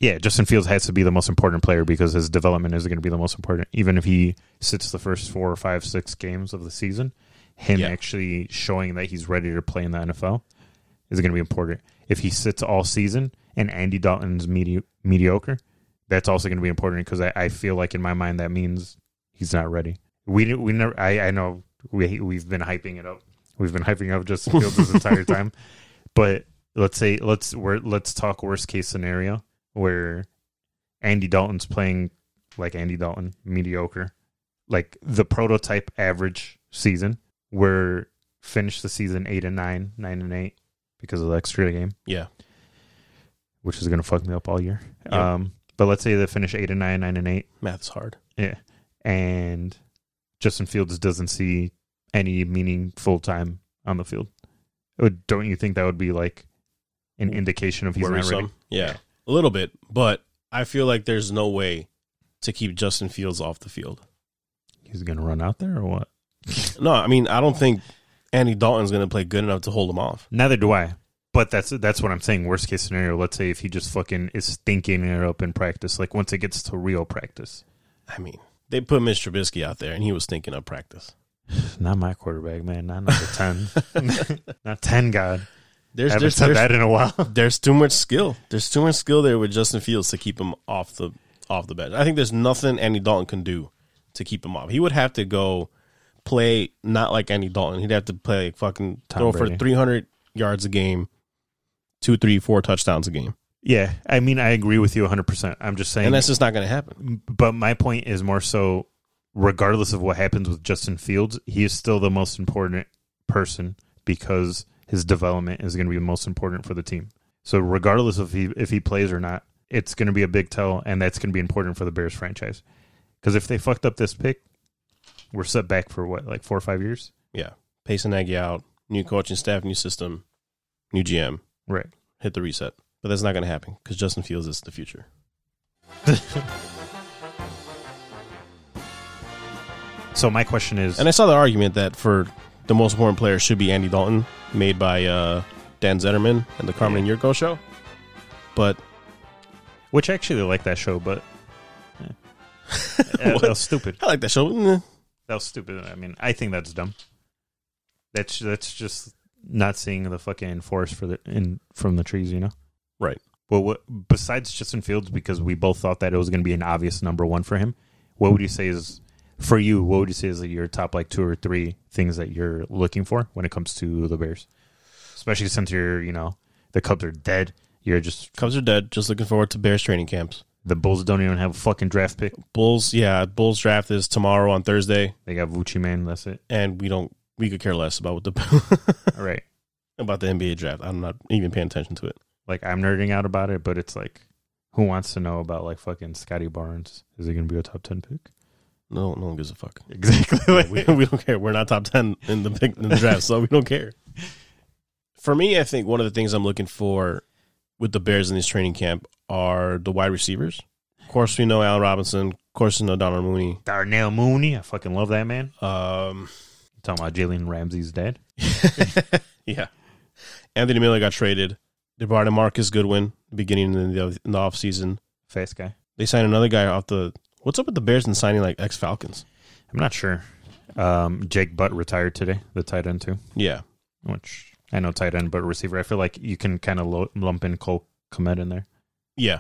G: yeah, Justin Fields has to be the most important player because his development is going to be the most important. Even if he sits the first four or five, six games of the season, him
F: Yeah.
G: actually showing that he's ready to play in the NFL is going to be important. If he sits all season and Andy Dalton's medi- mediocre, that's also going to be important because I, I feel like in my mind that means he's not ready. We didn't- we never. I, I know we we've been hyping it up. We've been hyping up Justin Fields this entire time, but let's say let's we're, let's talk worst case scenario where Andy Dalton's playing like Andy Dalton, mediocre, like the prototype average season. We're finished the season eight and nine, nine and eight because of the extra game
F: Yeah,
G: which is going to fuck me up all year.
F: Yeah.
G: Um, but let's say they finish eight and nine, nine and eight,
F: math's hard.
G: yeah, and Justin Fields doesn't see any meaningful time on the field. Would- Don't you think that would be like an indication of he's not ready?
F: Worrisome. Yeah, a little bit, but I feel like there's no way to keep Justin Fields off the field.
G: He's going to run out there or what?
F: No, I mean I don't think Andy Dalton's going to play good enough to hold him off.
G: Neither do I. But that's that's what I'm saying. Worst case scenario, let's say if he just fucking is thinking it up in practice, like once it gets to real practice.
F: I mean, they put Mitch Trubisky out there, and he was thinking of practice.
G: Not my quarterback, man. Not number ten. not ten, God.
F: There's
G: haven't
F: there's,
G: said
F: there's,
G: that in a while.
F: there's too much skill. There's too much skill there with Justin Fields to keep him off the off the bench. I think there's nothing Andy Dalton can do to keep him off. He would have to go play not like Andy Dalton. He'd have to play like fucking
G: Tom
F: throw
G: Brady.
F: for 300 yards a game, two, three, four touchdowns a game,
G: Yeah, I mean, I agree with you 100%. I'm just saying,
F: and that's just not going to happen.
G: but my point is more so, regardless of what happens with Justin Fields, he is still the most important person because his development is going to be the most important for the team. So, regardless of he, if he plays or not, it's going to be a big tell, and that's going to be important for the Bears franchise. Because if they fucked up this pick, we're set back for what, like four or five years?
F: Yeah, Payson Nagy out, new coaching staff, new system, new GM,
G: Right.
F: hit the reset. But that's not going to happen because Justin Fields is the future.
G: So, my question is,
F: And I saw the argument that for the most important player should be Andy Dalton, made by uh, Dan Zetterman and the Carmen and Yurko show. But
G: which I actually like that show, but. Yeah. that was stupid.
F: I like that show. Eh, Nah.
G: That was stupid. I mean, I think that's dumb. That's that's just not seeing the fucking forest for the in from the trees, you know.
F: Right.
G: Well, what besides Justin Fields, because we both thought that it was going to be an obvious number one for him. What would you say is for you? What would you say is your top like two or three things that you're looking for when it comes to the Bears, especially since you're you know the Cubs are dead. You're just
F: Cubs are dead. Just looking forward to Bears training camps.
G: the Bulls don't even have a fucking draft pick.
F: Bulls, yeah, Bulls draft is tomorrow on Thursday,
G: They got Vucci man. That's it.
F: and we don't we could care less about what the
G: All right.
F: about the NBA draft. I'm not even paying attention to it.
G: like I'm nerding out about it, but it's like who wants to know about like fucking Scotty Barnes? Is he gonna be a top ten pick?
F: No, no one gives a fuck.
G: Exactly.
F: we, we don't care. We're not top ten in the pick in the draft, so we don't care. For me, I think one of the things I'm looking for with the Bears in this training camp are the wide receivers. Of course, we know Allen Robinson. Of course, we know Donald Mooney.
G: Darnell Mooney, I fucking love that man.
F: Um,
G: You talking about Jalen Ramsey's dad.
F: yeah, Anthony Miller got traded. They brought in Marcus Goodwin beginning in the, in the offseason.
G: Fast guy.
F: They signed another guy off the. What's up with the Bears and signing like ex Falcons?
G: I'm not sure. Um, Jake Butt retired today, the tight end too.
F: Yeah,
G: Which I know tight end, but receiver. I feel like you can kind of lo- lump in Cole Komet in there.
F: yeah.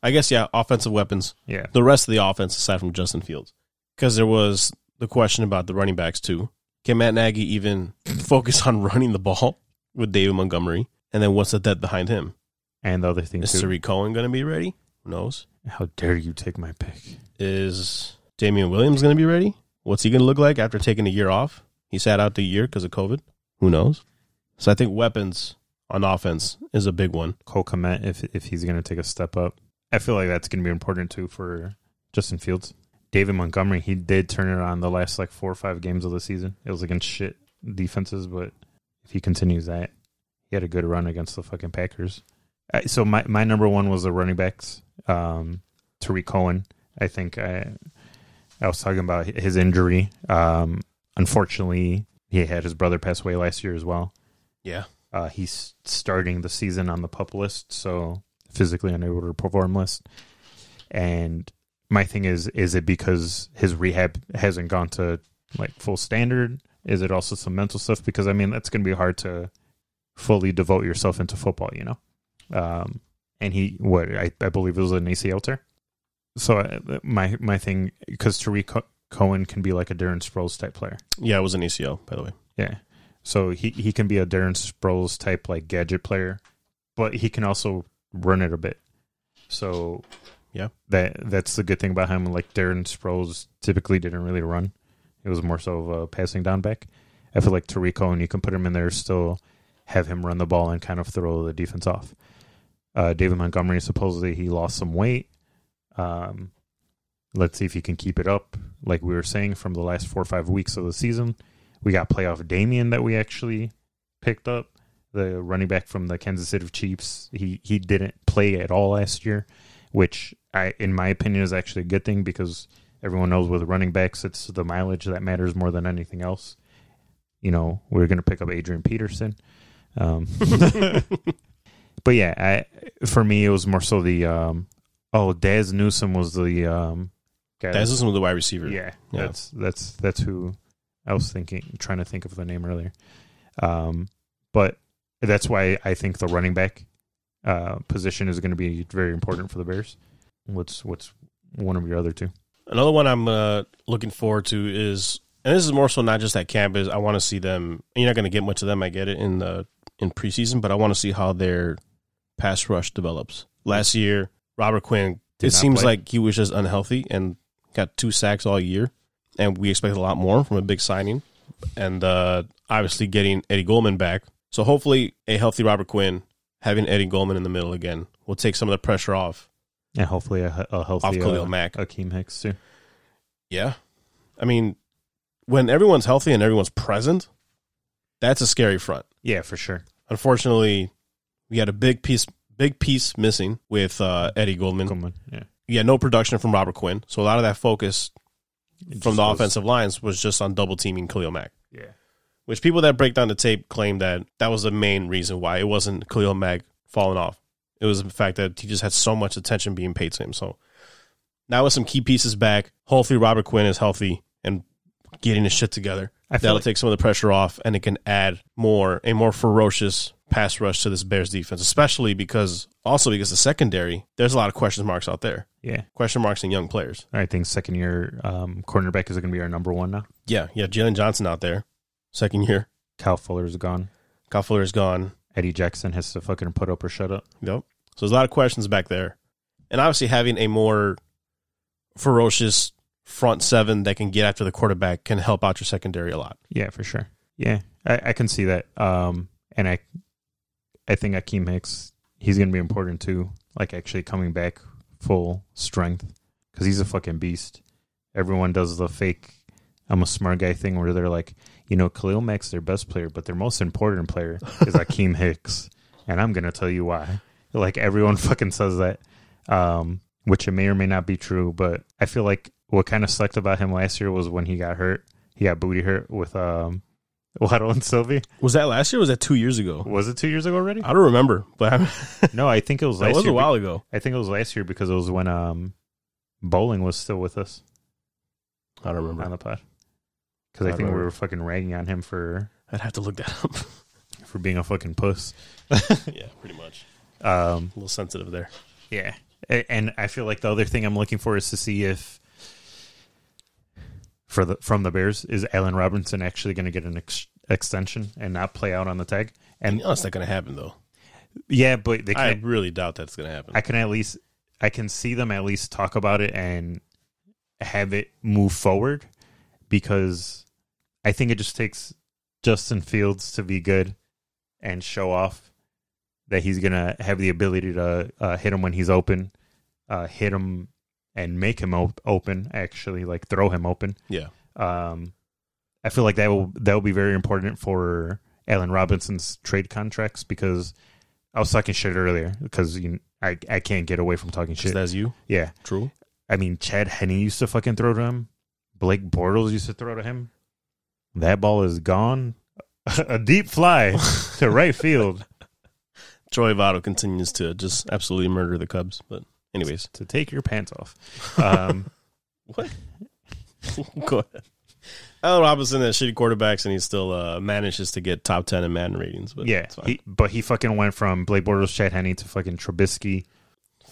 F: I guess yeah. Offensive weapons.
G: Yeah,
F: the rest of the offense aside from Justin Fields. Because there was the question about the running backs too. Can Matt Nagy even focus on running the ball with David Montgomery? And then what's the depth behind him?
G: and the other thing
F: Is
G: too.
F: Tariq Cohen going to be ready? Who knows?
G: How dare you take my pick?
F: Is Damian Williams going to be ready? What's he going to look like after taking a year off? He sat out the year because of COVID. Who knows? So I think weapons on offense is a big one.
G: Cole Komet if if he's going to take a step up. I feel like that's going to be important too for Justin Fields. David Montgomery, he did turn it on the last like four or five games of the season. It was against shit defenses, but if he continues that, he had a good run against the fucking Packers. I- So my my number one was the running backs. Um, Tariq Cohen, I think I I was talking about his injury. Um, unfortunately, he had his brother pass away last year as well.
F: Yeah.
G: Uh, he's starting the season on the pup list, so physically unable to perform list. And my thing is, is it because his rehab hasn't gone to like full standard? Is it also some mental stuff? Because I mean, that's going to be hard to fully devote yourself into football, you know. Um, and he, what I, I believe it was an ACL tear. So I, my my thing, because Tariq Co- Cohen can be like a Darren Sproles type player.
F: Yeah, it was an ACL, by the way.
G: Yeah. So he, he can be a Darren Sproles type like gadget player, but he can also run it a bit. So
F: Yeah.
G: that that's the good thing about him. Like Darren Sproles typically didn't really run. It was more so of a passing down back. I feel like Tariq Cohen, you can put him in there still have him run the ball and kind of throw the defense off. Uh, David Montgomery supposedly he lost some weight. Um, let's see if he can keep it up. Like we were saying from the last four or five weeks of the season, we got playoff Damien that we actually picked up, the running back from the Kansas City Chiefs. He he didn't play at all last year, which I in my opinion is actually a good thing because everyone knows with running backs it's the mileage that matters more than anything else. You know, we're going to pick up Adrian Peterson. Um, but yeah, I for me it was more so the um, oh Daz Newsome was the um, guy
F: That's just one of the wide receiver.
G: yeah,
F: Yeah.
G: that's that's that's who I was thinking, trying to think of the name earlier. Um, but that's why I think the running back uh, position is going to be very important for the Bears. What's what's one of your other two?
F: Another one I'm uh, looking forward to is, and this is more so not just at camp. Is I want to see them. and You're not going to get much of them. I get it in the in preseason, but I want to see how their pass rush develops. Last year, Robert Quinn.
G: Did
F: it
G: not
F: seems
G: play.
F: like he was just unhealthy and got two sacks all year, and we expect a lot more from a big signing, and uh, obviously getting Eddie Goldman back. So hopefully, a healthy Robert Quinn having Eddie Goldman in the middle again will take some of the pressure off
G: And hopefully a, a healthy
F: Off Khalil
G: uh,
F: Mack.
G: Akeem Hicks too.
F: Yeah. I mean, when everyone's healthy and everyone's present, that's a scary front.
G: Yeah, for sure.
F: Unfortunately, we had a big piece big piece missing with uh, Eddie Goldman.
G: Come on, yeah.
F: Yeah, no production from Robert Quinn. So a lot of that focus
G: It
F: from
G: just
F: the
G: goes-
F: offensive lines was just on double teaming Khalil Mack.
G: Yeah.
F: Which people that break down the tape claim that that was the main reason why it wasn't Khalil Mack falling off. It was the fact that he just had so much attention being paid to him. So now with some key pieces back, hopefully Robert Quinn is healthy and getting his shit together.
G: I feel
F: That'll
G: like-
F: take some of the pressure off, and it can add more a more ferocious pass rush to this Bears defense, especially because also because the secondary there's a lot of question marks out there,
G: Yeah,
F: question marks in young players.
G: I think second year um, cornerback is going to be our number one now.
F: Yeah, yeah, Jalen Johnson out there, second year.
G: Cal Fuller is gone.
F: Kyle Fuller is gone.
G: Eddie Jackson has to fucking put up or shut up.
F: Yep. So there's a lot of questions back there. And obviously having a more ferocious front seven that can get after the quarterback can help out your secondary a lot.
G: Yeah, for sure. Yeah, I, I can see that. Um, and I, I think Akeem Hicks, he's going to be important too. Like actually coming back full strength because he's a fucking beast. Everyone does the fake "I'm a smart guy" thing where they're like, you know, Khalil Mack's their best player, but their most important player is Akeem Hicks, and I'm going to tell you why. Like everyone fucking says that, um, which it may or may not be true, but I feel like what kind of sucked about him last year was when he got hurt. He got booty hurt with um, Waddle and Sylvie.
F: Was that last year or was that two years ago?
G: Was it two years ago already?
F: I don't remember, but I'm-
G: No, I think it was last
F: that was
G: year.
F: a while ago.
G: I think it was last year because it was when um, bowling was still with us
F: I don't
G: on
F: remember.
G: the pod. Because
F: I
G: I, think we
F: remember.
G: were fucking ragging on him for
F: I'd have to look that up.
G: for being a fucking puss.
F: yeah, pretty much.
G: Um,
F: A little sensitive there.
G: yeah, A- and I feel like the other thing I'm looking for is to see if for the from the Bears is Allen Robinson actually going to get an ex- extension and not play out on the tag.
F: And
G: And
F: that's not going to happen, though.
G: yeah, but they
F: I
G: can't,
F: really doubt that's going to happen.
G: I can at least I can see them at least talk about it and have it move forward because I think it just takes Justin Fields to be good and show off that he's gonna have the ability to uh, hit him when he's open, uh, hit him and make him op- open. Actually, like throw him open.
F: Yeah.
G: Um, I feel like that will that will be very important for Allen Robinson's trade contracts because I was talking shit earlier because you, I I can't get away from talking
F: Because
G: shit.
F: that's you.
G: Yeah,
F: True.
G: I mean Chad Henney used to fucking throw to him. Blake Bortles used to throw to him. That ball is gone. A deep fly to right field
F: Troy Votto continues to just absolutely murder the Cubs. But anyways,
G: to take your pants off. Um,
F: go ahead. Allen Robinson has shitty quarterbacks, and he still uh, manages to get top ten in Madden ratings. But
G: yeah,
F: it's fine.
G: he, but he fucking went from Blake Bortles, Chad Henney to fucking Trubisky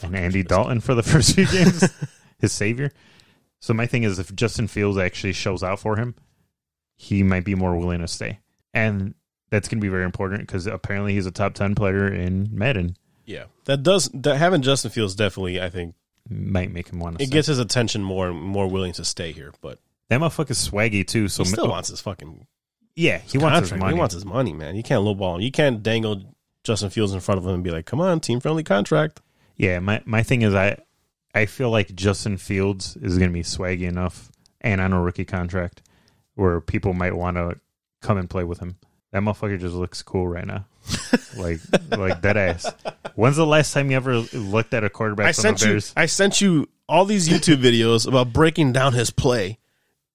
G: and Andy Dalton for the first few games. his savior. So my thing is, if Justin Fields actually shows out for him, he might be more willing to stay, and that's going to be very important because apparently he's a top ten player in Madden.
F: yeah, that does that having Justin Fields definitely. I think
G: Might make him want to.
F: it
G: stay.
F: gets his attention more and more willing to stay here. But
G: that motherfucker's swaggy too. So
F: he still wants his fucking
G: yeah, he wants his
F: contract.
G: money.
F: He wants his money, man. You can't lowball him. You can't dangle Justin Fields in front of him and be like, "Come on, team friendly contract."
G: Yeah, my my thing is I I feel like Justin Fields is going to be swaggy enough and on a rookie contract where people might want to come and play with him. That motherfucker just looks cool right now. like like that ass. When's the last time you ever looked at a quarterback
F: I
G: from
F: sent
G: the
F: you.
G: Bears?
F: I sent you all these YouTube videos about breaking down his play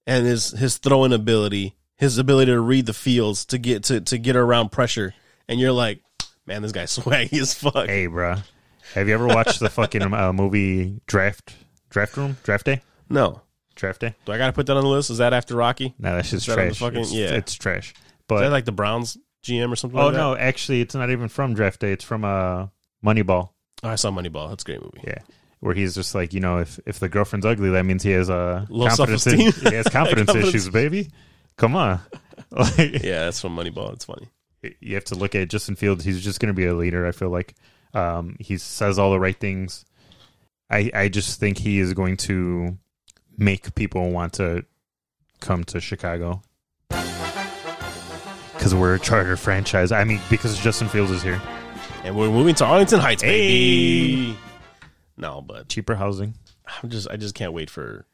F: and his his throwing ability, his ability to read the fields to get to to get around pressure, and you're like, man, this guy's swaggy as fuck.
G: hey, bruh. Have you ever watched the fucking uh, movie Draft Draft Room? Draft Day?
F: No,
G: Draft Day?
F: do I got to put that on the list? Is that after Rocky?
G: No, that's just
F: that on the
G: trash.
F: fucking-
G: it's,
F: yeah.
G: it's trash.
F: Is
G: But
F: that like the Browns GM or something?
G: oh
F: like that?
G: no, actually it's not even from Draft Day. It's from uh Moneyball.
F: Oh, I saw Moneyball. That's a great movie.
G: Yeah. Where he's just like, you know, if if the girlfriend's ugly, that means he has a
F: Low
G: confidence
F: self-esteem.
G: he has confidence,
F: Confidence.
G: issues, baby. Come on. Like,
F: Yeah, that's from Moneyball. It's funny.
G: you have to look at Justin Fields. He's just going to be a leader. I feel like um, he says all the right things. I I just think he is going to make people want to come to Chicago because we're a charter franchise. I mean, because Justin Fields is here,
F: And we're moving to Arlington Heights, baby.
G: Hey.
F: No, but
G: cheaper housing.
F: I'm just I just can't wait for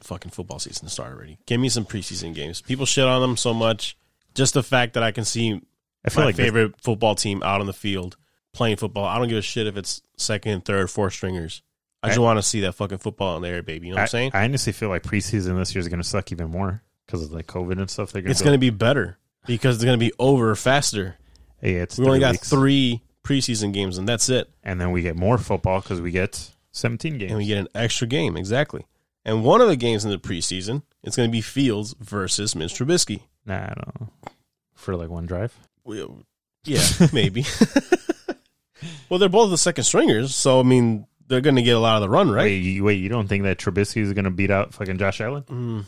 F: fucking football season to start already. Give me some preseason games. People shit on them so much. Just the fact that I can see
G: I feel
F: my
G: like this-
F: favorite football team out on the field playing football. I don't give a shit if it's second, third, fourth stringers. I just
G: I-
F: want to see that fucking football in there, baby. You know what
G: I,
F: I'm saying?
G: I honestly feel like preseason this year is going to suck even more because of like COVID and stuff. They're gonna
F: it's going to be better because it's going to be over faster.
G: be yeah, it's
F: We only
G: three
F: got
G: weeks.
F: three preseason games, and that's it.
G: and then we get more football because we get seventeen games.
F: and we get an extra game exactly. And one of the games in the preseason, it's going to be Fields versus Mitch Trubisky.
G: nah, I don't know. for like one drive.
F: We- Yeah, maybe. well, they're both the second stringers, so I mean they're going to get a lot of the run, right?
G: Wait, you, wait, you don't think that Trubisky is going to beat out fucking Josh Allen?
F: Mm-hmm.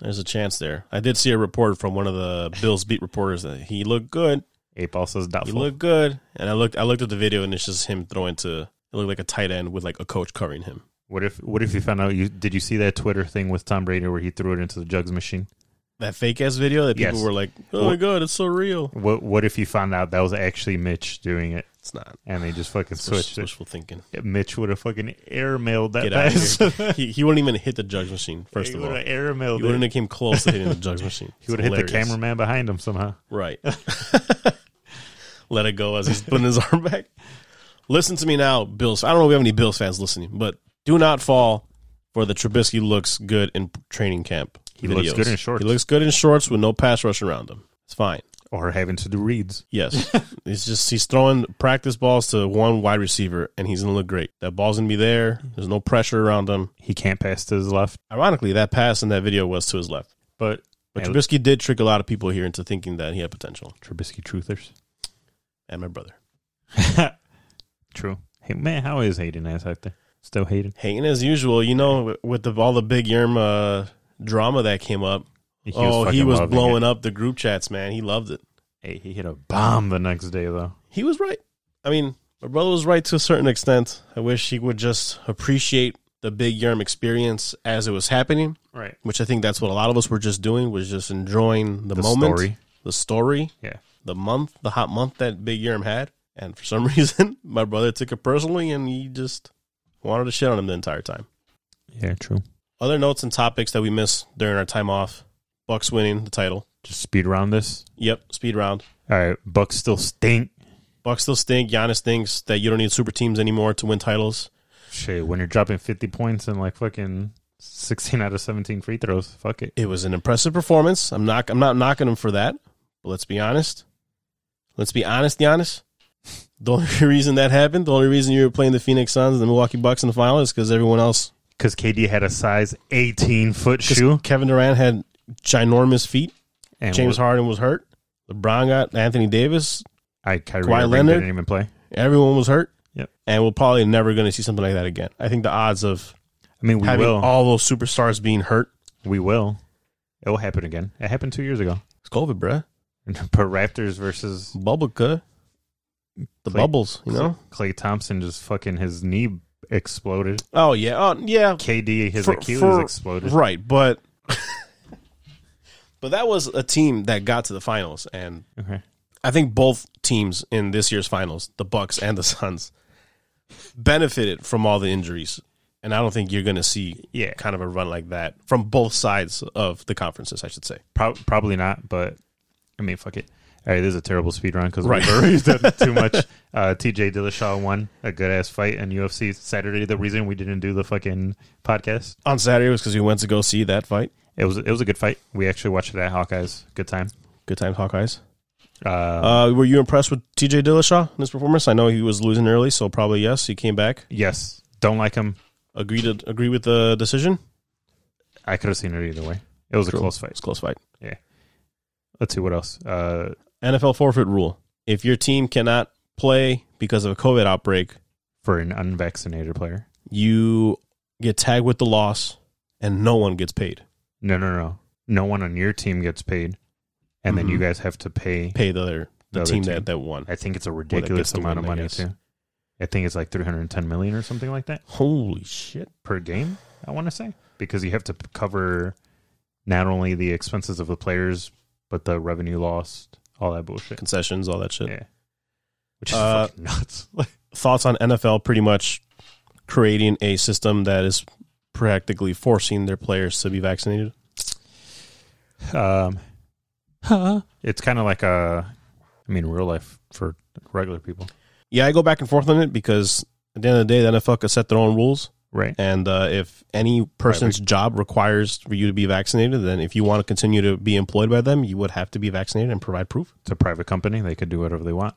F: There's a chance there. I did see a report from one of the Bills beat reporters that he looked good.
G: Eight ball says
F: He
G: doubtful.
F: looked good, and I looked. I looked at the video, and it's just him throwing to. It looked like a tight end with like a coach covering him.
G: what if what if you found out? You did you see that Twitter thing with Tom Brady where he threw it into the jugs machine?
F: That fake ass video that people
G: Yes.
F: were like, "Oh my
G: Well-
F: god, it's so real."
G: What what if you found out that was actually Mitch doing it
F: It's not.
G: and they just fucking
F: It's wish-
G: switched it?
F: wishful thinking.
G: Mitch would have fucking airmailed that
F: Get out
G: pass.
F: of here. he, he wouldn't even hit the judge machine, first
G: He
F: of all.
G: would've
F: He
G: airmailed it.
F: wouldn't have came close to hitting the judge machine.
G: He would have hit the
F: Hilarious.
G: cameraman behind him somehow.
F: Right. Let it go as he's putting his arm back. Listen to me now, Bills. I don't know if we have any Bills fans listening, but do not fall for the Trubisky looks good in training camp.
G: He looks
F: videos.
G: good in shorts.
F: He looks good in shorts with no pass rush around him. It's fine.
G: Or having to do reads.
F: Yes. he's just he's throwing practice balls to one wide receiver and he's gonna look great. That ball's gonna be there. There's no pressure around him.
G: He can't pass to his left.
F: Ironically, that pass in that video was to his left.
G: But,
F: But
G: Yeah,
F: Trubisky did trick a lot of people here into thinking that he had potential,
G: Trubisky truthers.
F: and my brother.
G: True. Hey man, how is Hayden ass out there? Still Hayden.
F: Hating as usual, you know, with the, all the big Yerma uh, drama that came up.
G: He was
F: oh, he
G: fucking
F: was
G: loving
F: blowing
G: it.
F: up the group chats, man. He loved it.
G: Hey, he hit a bomb the next day though.
F: He was right. I mean, my brother was right to a certain extent. I wish he would just appreciate the big Yerm experience as it was happening,
G: Right.
F: which I think that's what a lot of us were just doing, was just enjoying the,
G: The
F: moment,
G: story.
F: the story,
G: Yeah.
F: the month, the hot month that Big Yerm had, And for some reason, my brother took it personally and he just wanted to shit on him the entire time.
G: Yeah, true.
F: Other notes and topics that we missed during our time off Bucks winning the title.
G: Just speed around this.
F: Yep, speed round.
G: All right, Bucks still stink.
F: Bucks still stink. Giannis thinks that you don't need super teams anymore to win titles.
G: Shit, when you're dropping 50 points and like fucking 16 out of 17 free throws, fuck it.
F: It was an impressive performance. I'm not I'm not knocking him for that. But let's be honest. Let's be honest, Giannis. The only reason that happened, the only reason you were playing the Phoenix Suns and the Milwaukee Bucks in the final is because everyone else
G: Because KD had a size 18 foot shoe.
F: Kevin Durant had ginormous feet.
G: And
F: James
G: Harden.
F: Harden was hurt. LeBron got Anthony Davis.
G: I, Kyrie
F: Kawhi
G: Irving
F: Leonard.
G: didn't even play.
F: Everyone was hurt.
G: Yep.
F: And we're probably never going to see something like that again. I think the odds of
G: I mean, we
F: having
G: will.
F: all those superstars being hurt.
G: we will. It will happen again. It happened two years ago.
F: It's COVID, bruh.
G: but Raptors versus
F: Bubbleca. The
G: Clay-
F: bubbles, you know?
G: Clay Thompson just fucking his knee exploded.
F: Oh, yeah. Oh, yeah.
G: KD, his
F: For-
G: Achilles
F: for-
G: exploded.
F: Right, but but that was a team that got to the finals, and
G: Okay.
F: I think both teams in this year's finals, the Bucks and the Suns, benefited from all the injuries. And I don't think you're going to see
G: Yeah.
F: kind of a run like that from both sides of the conferences, I should say.
G: Pro- probably not, but I mean, fuck it. All right, this is a terrible speed run because
F: Right.
G: we've already done too much. Uh, TJ Dillashaw won a good ass fight in UFC Saturday. The reason we didn't do the fucking podcast,
F: On Saturday was because we went to go see that fight.
G: it was it was a good fight. We actually watched it at Hawkeyes. Good time.
F: Good times, Hawkeyes.
G: Uh,
F: Uh, were you impressed with TJ Dillashaw in his performance? I know he was losing early, so probably yes. He came back.
G: yes, don't like him.
F: Agree to agree with the decision.
G: I could have seen it either way. It was a close
F: It's
G: fight.
F: a close fight.
G: Let's see what else. Uh,
F: NFL forfeit rule. If your team cannot play because of a COVID outbreak,
G: for an unvaccinated player.
F: you get tagged with the loss and no one gets paid.
G: No, no, no. No one on your team gets paid, and then you guys have to pay.
F: Mm-hmm. Pay the other the,
G: The other
F: team,
G: team.
F: That, that won.
G: I think it's a ridiculous
F: gets the
G: amount of
F: win, I
G: money
F: guess.
G: too. I think it's like 310 million or something like that
F: Holy shit.
G: per game. I want to say because you have to p- cover not only the expenses of the players but the revenue lost, all that bullshit.
F: Concessions, all that shit.
G: Yeah, which is
F: Uh,
G: fucking nuts. Like,
F: Thoughts on NFL pretty much creating a system that is practically forcing their players to be vaccinated?
G: um, it's kind of like a, I mean, real life for regular people,
F: Yeah, I go back and forth on it because at the end of the day, the NFL could set their own rules.
G: right?
F: And uh, if any person's
G: Right,
F: job requires for you to be vaccinated, then if you want to continue to be employed by them, you would have to be vaccinated and provide proof.
G: It's a private company; they could do whatever they want.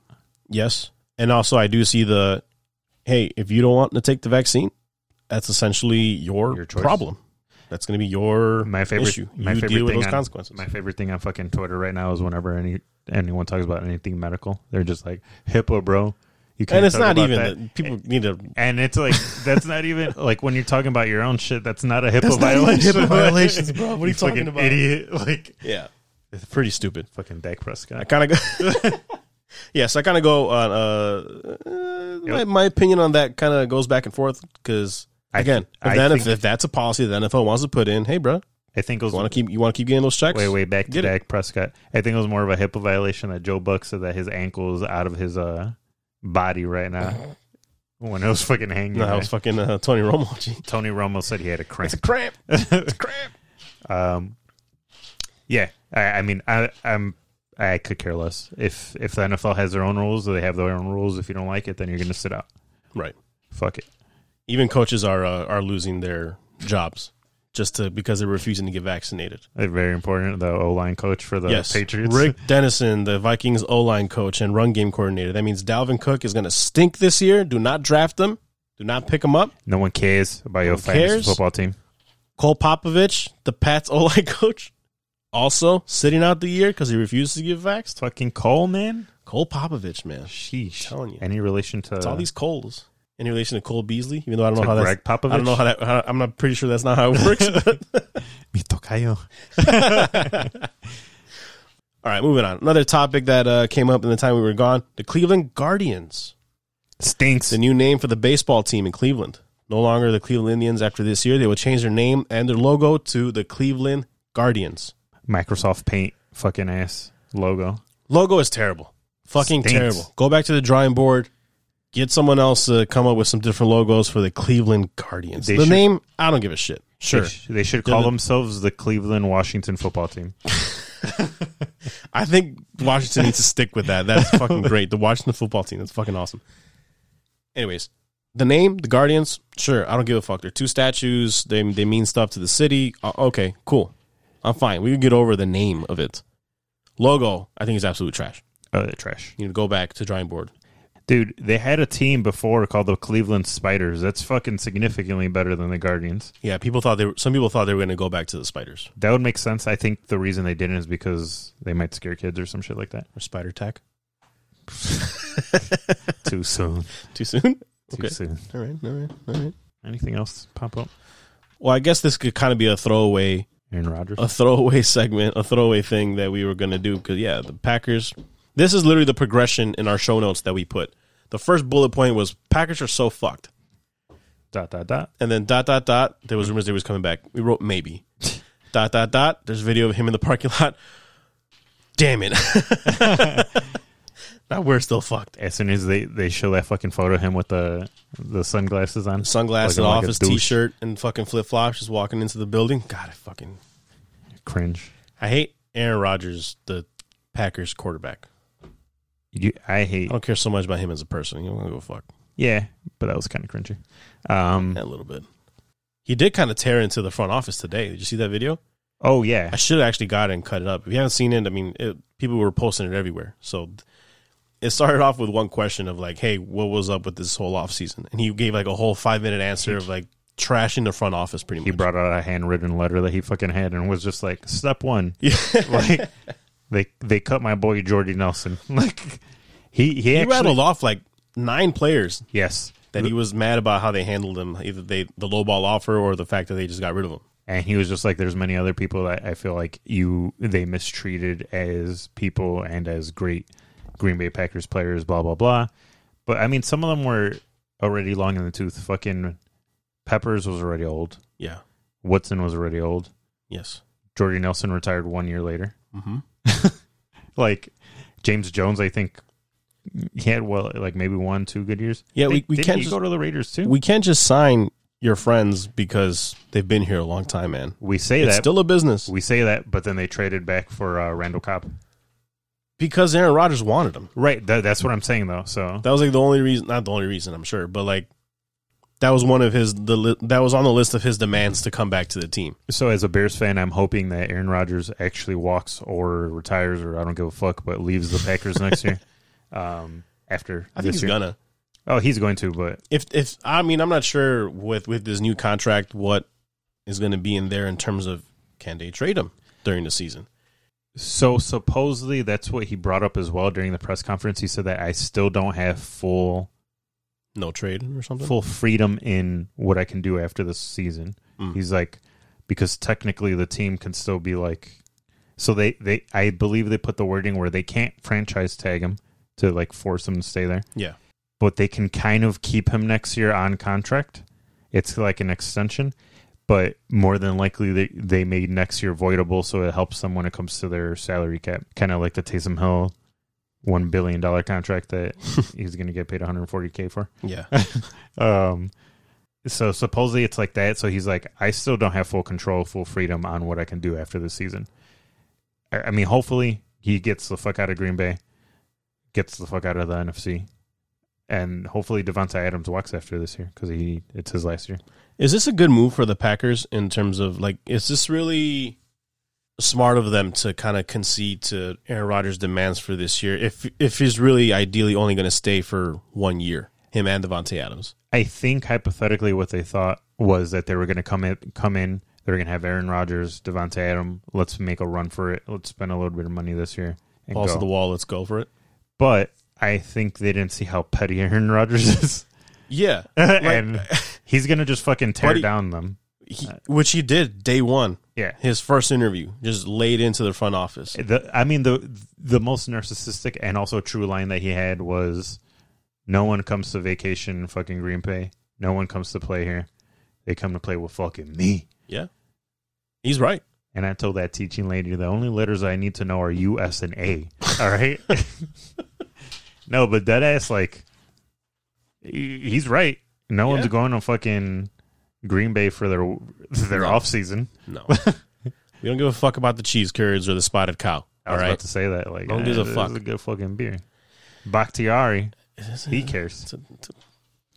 F: Yes. And also, I do see the hey, if you don't want to take the vaccine, that's essentially your,
G: Your choice.
F: problem. That's going to be your
G: my favorite
F: issue.
G: my
F: you
G: favorite
F: deal with
G: thing
F: those
G: on,
F: consequences.
G: My favorite thing on fucking Twitter right now is whenever any anyone talks about anything medical, they're just like HIPAA, bro. You can't
F: and it's
G: talk
F: not
G: about
F: even
G: that."
F: that people need to.
G: And it's like that's not even like when you're talking about your own shit. That's not a HIPAA
F: not even
G: violation.
F: HIPAA violations, bro. What are you
G: fucking
F: talking about?
G: Idiot. Like
F: Yeah. It's pretty stupid.
G: fucking Dak
F: I
G: Prescott.
F: kind of go. yeah, so I kind of go on. Uh, uh, my, my opinion on that kind of goes back and forth because
G: I
F: again,
G: thi-
F: if
G: I
F: then if,
G: think-
F: if that's a policy the NFL wants to put in, hey, bro,
G: I think it was
F: you want to keep you want to keep getting those checks?
G: way way back to
F: Get it.
G: Dak Prescott. I think it was more of a HIPAA violation that Joe Buck said that his ankle is out of his uh body right now. When it was fucking hanging,
F: Mm-hmm. No, that was fucking uh, Tony Romo. Gee.
G: Tony Romo said he had a cramp.
F: cramp.
G: It's
F: cramp.
G: Um, yeah, I, I mean, I, I'm I could care less if if the NFL has their own rules, they have their own rules. If you don't like it, then you're gonna sit out.
F: Right.
G: Fuck it.
F: Even coaches are uh, are losing their jobs just to because they're refusing to get vaccinated.
G: They're Uh, very important. The O line coach for the
F: yes,
G: Patriots,
F: Rick Dennison, the Vikings O line coach and run game coordinator. That means Dalvin Cook is going to stink this year. Do not draft him. Do not pick him up.
G: No one cares about your fantasy
F: cares?
G: football team.
F: Cole Popovich, the Pats O line coach, also sitting out the year because he refused to get vaxxed.
G: Fucking Cole, man.
F: Cole Popovich, man,
G: Sheesh.
F: telling you.
G: Any relation to
F: it's all these Coles. In relation to Cole Beasley, even though I don't know
G: Uh, To
F: how
G: Greg
F: that's,
G: Popovich?
F: I don't know how that. How, I'm not pretty sure that's not how it works. but-
G: Mi tocayo.
F: All right, moving on. Another topic that uh, came up in the time we were gone: the Cleveland Guardians,
G: stinks.
F: the new name for the baseball team in Cleveland. No longer the Cleveland Indians after this year. They will change their name and their logo to the Cleveland Guardians.
G: Microsoft Paint fucking ass logo.
F: Logo is terrible. Fucking
G: Stinks.
F: terrible. Go back to the drawing board. Get someone else to come up with some different logos for the Cleveland Guardians.
G: They
F: the
G: should-
F: name, I don't give a shit. Sure.
G: They, sh- they should
F: They're
G: call
F: the-
G: themselves the Cleveland Washington football team.
F: I think Washington needs to stick with that. That's fucking great. The Washington football team. That's fucking awesome. Anyways, the name, the Guardians. Sure, I don't give a fuck. They're two statues. They they mean stuff to the city. Uh, okay, cool. I'm fine. We can get over the name of it. Logo, I think is absolute trash.
G: Oh, they're trash.
F: You need to go back to drawing board.
G: Dude, they had a team before called the Cleveland Spiders. That's fucking significantly better than the Guardians.
F: Yeah, people thought they were. Some people thought they were going to go back to the spiders
G: That would make sense. I think the reason they didn't is because they might scare kids or some shit like that.
F: or spider attack.
G: Too soon.
F: Too soon.
G: Too soon.
F: All right. All right. All right.
G: Anything else pop up?
F: Well, I guess this could kind of be a throwaway
G: Aaron Rodgers.
F: a throwaway segment, a throwaway thing that we were going to do because yeah, the Packers. This is literally the progression in our show notes that we put. The first bullet point was Packers are so fucked,
G: dot dot dot.
F: and then dot dot dot. There was rumors they was coming back. We wrote maybe. dot dot dot. There's video of him in the parking lot. Damn it! now we're still fucked.
G: As soon as they, they show that fucking photo of him with the the sunglasses on,
F: Sunglasses,
G: Looking like a
F: office
G: douche.
F: T-shirt, and fucking flip flops, just walking into the building. God, I fucking
G: cringe.
F: I hate Aaron Rodgers, the Packers quarterback.
G: You, I hate.
F: I don't care so much about him as a person. You don't give a fuck.
G: Yeah, but that was kind of cringy. Um.
F: a little bit. He did kind of tear into the front office today. Did you see that video?
G: Oh yeah,
F: I should have actually got it and cut it up. If you haven't seen it, I mean, it, people were posting it everywhere. So th- it started off with one question of like, "Hey, what was up with this whole off season?" And he gave like a whole five minute answer of like trashing the front office pretty much.
G: he brought out a handwritten letter that he fucking had and was just like, step one. like they they cut my boy Jordy Nelson. Like he he,
F: he
G: actually
F: rattled off like nine players
G: yes
F: that he was mad about how they handled him, either they the low ball offer or the fact that they just got rid of him.
G: and he was just like there's many other people that I feel like you they mistreated as people and as great Green Bay Packers players blah blah blah but I mean some of them were already long in the tooth fucking Peppers was already old
F: Yeah.
G: Woodson was already old
F: Yes.
G: Jordy Nelson retired one year later
F: Mm-hmm.
G: like James Jones I think he had well like maybe one two good years
F: Yeah, we-
G: Did-
F: we
G: didn't
F: can't
G: he
F: just-
G: go to the Raiders too
F: We can't just sign your friends because they've been here a long time, man.
G: We say
F: it's
G: that.
F: still a business
G: we say that, but then they traded back for uh, Randall Cobb.
F: because Aaron Rodgers wanted him.
G: Right. That, that's what I'm saying, though. So
F: That was like the only reason, not the only reason, I'm sure, but like that was one of his the li- that was on the list of his demands to come back to the team.
G: so as a Bears fan, I'm hoping that Aaron Rodgers actually walks or retires or I don't give a fuck, but leaves the Packers next year. Um, after
F: I think
G: this
F: he's
G: year.
F: gonna.
G: Oh, he's going to, but
F: If if I mean, I'm not sure with with this new contract what is going to be in there in terms of can they trade him during the season?
G: so supposedly that's what he brought up as well during the press conference. He said that I still don't have full
F: No trade or something.
G: full freedom in what I can do after this season. He's like, because technically the team can still be like, so they they I believe they put the wording where they can't franchise tag him to like force him to stay there,
F: Yeah,
G: but they can kind of keep him next year on contract. It's like an extension, but more than likely they they made next year voidable, so it helps them when it comes to their salary cap, kind of like the Taysom Hill. One billion dollar contract that he's going to get paid 140k for.
F: yeah.
G: Um, so supposedly it's like that. So he's like, I still don't have full control, full freedom on what I can do after this season. I, I mean, hopefully he gets the fuck out of Green Bay, gets the fuck out of the NFC, and hopefully Devonta Adams walks after this year because he it's his last year.
F: Is this a good move for the Packers in terms of like, is this really smart of them to kind of concede to Aaron Rodgers' demands for this year? If if he's really ideally only going to stay for one year, him and Devontae Adams.
G: I think hypothetically what they thought was that they were going to come in, come in. They were going to have Aaron Rodgers, Devonta Adams. Let's make a run for it. Let's spend a little bit of money this year. and
F: Balls
G: go.
F: to the wall, let's go for it.
G: but I think they didn't see how petty Aaron Rodgers is,
F: Yeah,
G: and he's gonna just fucking tear
F: Buddy-
G: down them.
F: he, which he did day one.
G: Yeah.
F: his first interview just laid into the front office.
G: The, I mean the the most narcissistic and also true line that he had was, "No one comes to vacation in fucking Green Bay. No one comes to play here. They come to play with fucking me."
F: Yeah, he's right.
G: And I told that teaching lady the only letters I need to know are U, S, and A. All right. No, but that ass, like, he- he's right. No one's
F: Yeah.
G: going to fucking Green Bay for their their off season.
F: No. we don't give a fuck about the cheese curds or the spotted cow.
G: I
F: All
G: was
F: right.
G: about to say that. Like, uh,
F: Don't give a
G: this
F: fuck.
G: is a good fucking beer. Bakhtiari, he cares.
F: It's a- it's a-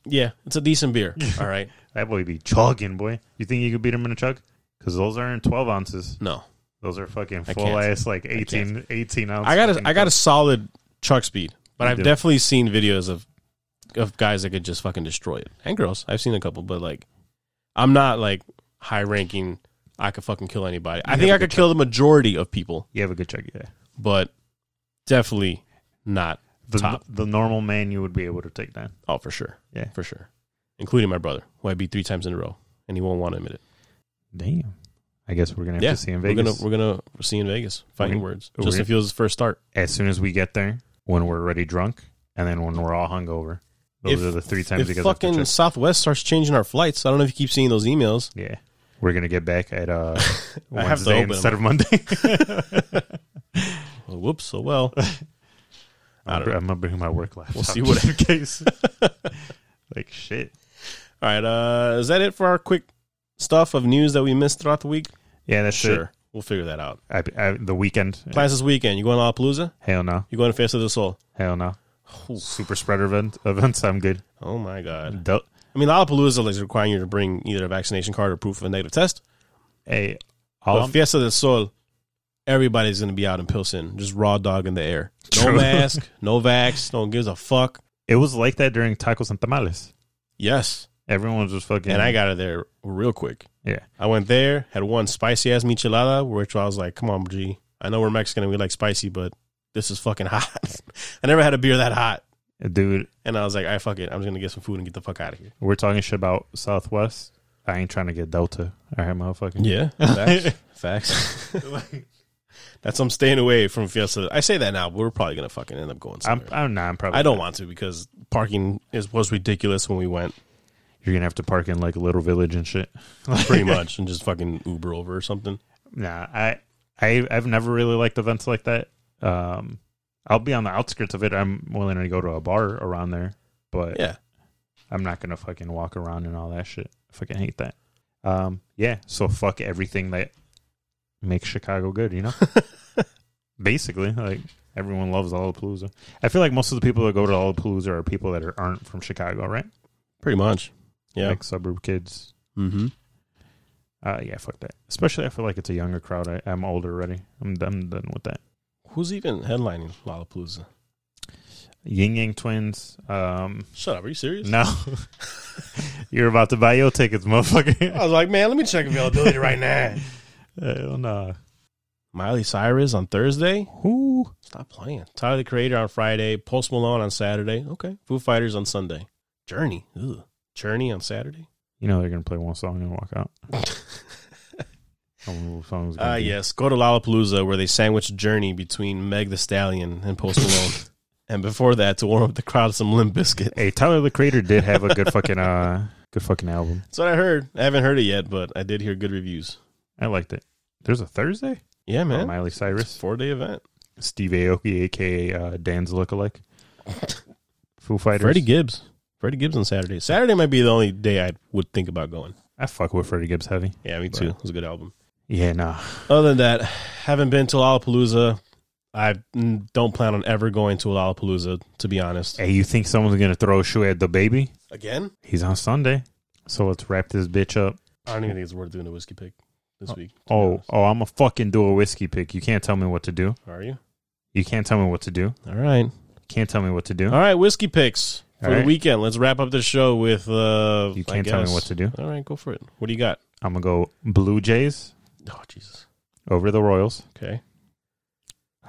F: yeah, it's a decent beer. All right.
G: That boy be chugging, boy. You think you could beat him in a chug? Because those aren't 12 ounces.
F: No.
G: Those are fucking
F: I
G: full
F: can't.
G: ass, like 18, 18 ounce.
F: I got a
G: fucking
F: I got a
G: cups.
F: solid chuck speed, but
G: You
F: I've
G: do.
F: definitely seen videos of of guys that could just fucking destroy it. And girls. I've seen a couple, but like I'm not like high ranking I could fucking kill anybody. I
G: You
F: think
G: have
F: I
G: a
F: could
G: good
F: kill the majority of people,
G: You have a good chug, yeah.
F: but definitely not
G: The,
F: top.
G: the normal man you would be able to take down.
F: Oh, for sure.
G: Yeah.
F: For sure. Including my brother, who I beat three times in a row, and he won't want to admit it.
G: Damn. I guess we're going to have
F: yeah,
G: to see in
F: we're
G: Vegas.
F: gonna we're gonna see in Vegas.
G: We're
F: Fighting
G: gonna-
F: words.
G: we're
F: Justin
G: gonna-
F: Fields' first start.
G: as soon as we get there, when we're already drunk, and then when we're all hungover. Those
F: If-
G: are the three times you
F: if
G: guys have to
F: fucking
G: check.
F: Southwest starts changing our flights, I don't know if you keep seeing those emails.
G: Yeah. We're going to get back at uh,
F: I have to
G: Wednesday
F: open
G: instead of Monday.
F: Oh, whoops. So well,
G: I'm,
F: don't know.
G: going to bring my work laptop.
F: we'll see what
G: All
F: in case. All
G: like, shit.
F: right. Uh, is that it for our quick stuff of news that we missed throughout the week?
G: Yeah, that's
F: Sure, we'll figure that out.
G: it. I, I, the weekend.
F: Plans this weekend. You going to Palooza?
G: Hell no.
F: You going to Face of the Soul?
G: Hell no. Super spreader event, events, I'm good.
F: Oh my god.
G: Don't,
F: I mean, Lollapalooza is requiring you to bring either a vaccination card or proof of a negative test.
G: hey, all
F: But
G: I'm-
F: Fiesta del Sol, everybody's going to be out in Pilsen, just raw dog in the air. No
G: True.
F: mask, no vax, no one gives a fuck.
G: it was like that during Tacos and Tamales.
F: Yes.
G: Everyone was just fucking.
F: And I got it there real quick.
G: Yeah.
F: I went there, had one spicy ass michelada, which I was like, come on, G. I know we're Mexican and we like spicy, but this is fucking hot. I never had a beer that hot.
G: Dude,
F: And I was like, all right, fuck it. I'm just going to get some food and get the fuck out of here.
G: we're talking shit about Southwest. I ain't trying to get Delta. All right, motherfucker.
F: Yeah. Facts. facts. That's I'm staying away from Fiesta. I say that now, but we're probably going to fucking end up going
G: I'm,
F: somewhere.
G: I'm not. I'm probably.
F: I don't
G: not.
F: want to because parking is was ridiculous when we went,
G: You're gonna have to park in like a little village and shit.
F: pretty much, and just fucking Uber over or something.
G: Nah, I, I, I've never really liked events like that. Um, I'll be on the outskirts of it. I'm willing to go to a bar around there, but
F: Yeah,
G: I'm not gonna fucking walk around and all that shit. I fucking hate that. Um, yeah. So fuck everything that makes Chicago good. You know, basically, like everyone loves Lollapalooza. I feel like most of the people that go to Lollapalooza are people that are, aren't from Chicago, right?
F: pretty much. Yeah.
G: like suburb kids.
F: mm-hmm.
G: Uh, yeah, fuck that. Especially, I feel like it's a younger crowd. I, I'm older already. I'm done, done with that.
F: Who's even headlining Lollapalooza?
G: Ying Yang Twins. Um,
F: Shut up. Are you serious?
G: no, you're about to buy your tickets,
F: I
G: motherfucker.
F: was like, man, let me check availability right now.
G: Hell no.
F: Miley Cyrus on Thursday.
G: Who?
F: Stop playing. Tyler the Creator on Friday. Post Malone on Saturday. Okay. Foo Fighters on Sunday. Journey. Ugh. Journey on Saturday.
G: You know they're gonna play one song and walk out. I don't know what song it's gonna
F: Ah,
G: be.
F: yes. Go to Lollapalooza where they sandwiched Journey between Meg the Stallion and Post Malone. and before that, to warm up the crowd, some Limp Biscuit.
G: Hey, Tyler the Creator did have a good fucking uh, good fucking album.
F: That's what I heard. I haven't heard it yet, but I did hear good reviews.
G: I liked it. There's a Thursday.
F: Yeah,
G: by
F: man.
G: Oh, Miley Cyrus,
F: Four day event.
G: Steve Aoki, aka uh, Dan's lookalike, Foo Fighters.
F: Freddie Gibbs. Freddie Gibbs on Saturday. Saturday might be the only day I would think about going.
G: I fuck with Freddie Gibbs heavy.
F: Yeah, me too. It was a good album.
G: Yeah, nah.
F: Other than that, haven't been to Lollapalooza. I mm, don't plan on ever going to Lollapalooza, to be honest.
G: Hey, you think someone's gonna throw a shoe at the baby?
F: Again?
G: He's on Sunday, so let's wrap this bitch up.
F: I don't even think it's worth doing a whiskey pick this week. to be
G: Oh,
F: honest.
G: oh, I'm gonna fucking do a whiskey pick. You can't tell me what to do.
F: Are you?
G: You can't tell me what to do.
F: All right.
G: Can't tell me what to do.
F: All right, whiskey picks for
G: All
F: the
G: right.
F: weekend. Let's wrap up the show with. Uh,
G: You
F: I
G: can't tell me
F: guess-
G: what to do.
F: All right, go for it. What do you got?
G: I'm gonna go Blue Jays
F: Oh Jesus.
G: over the Royals.
F: Okay.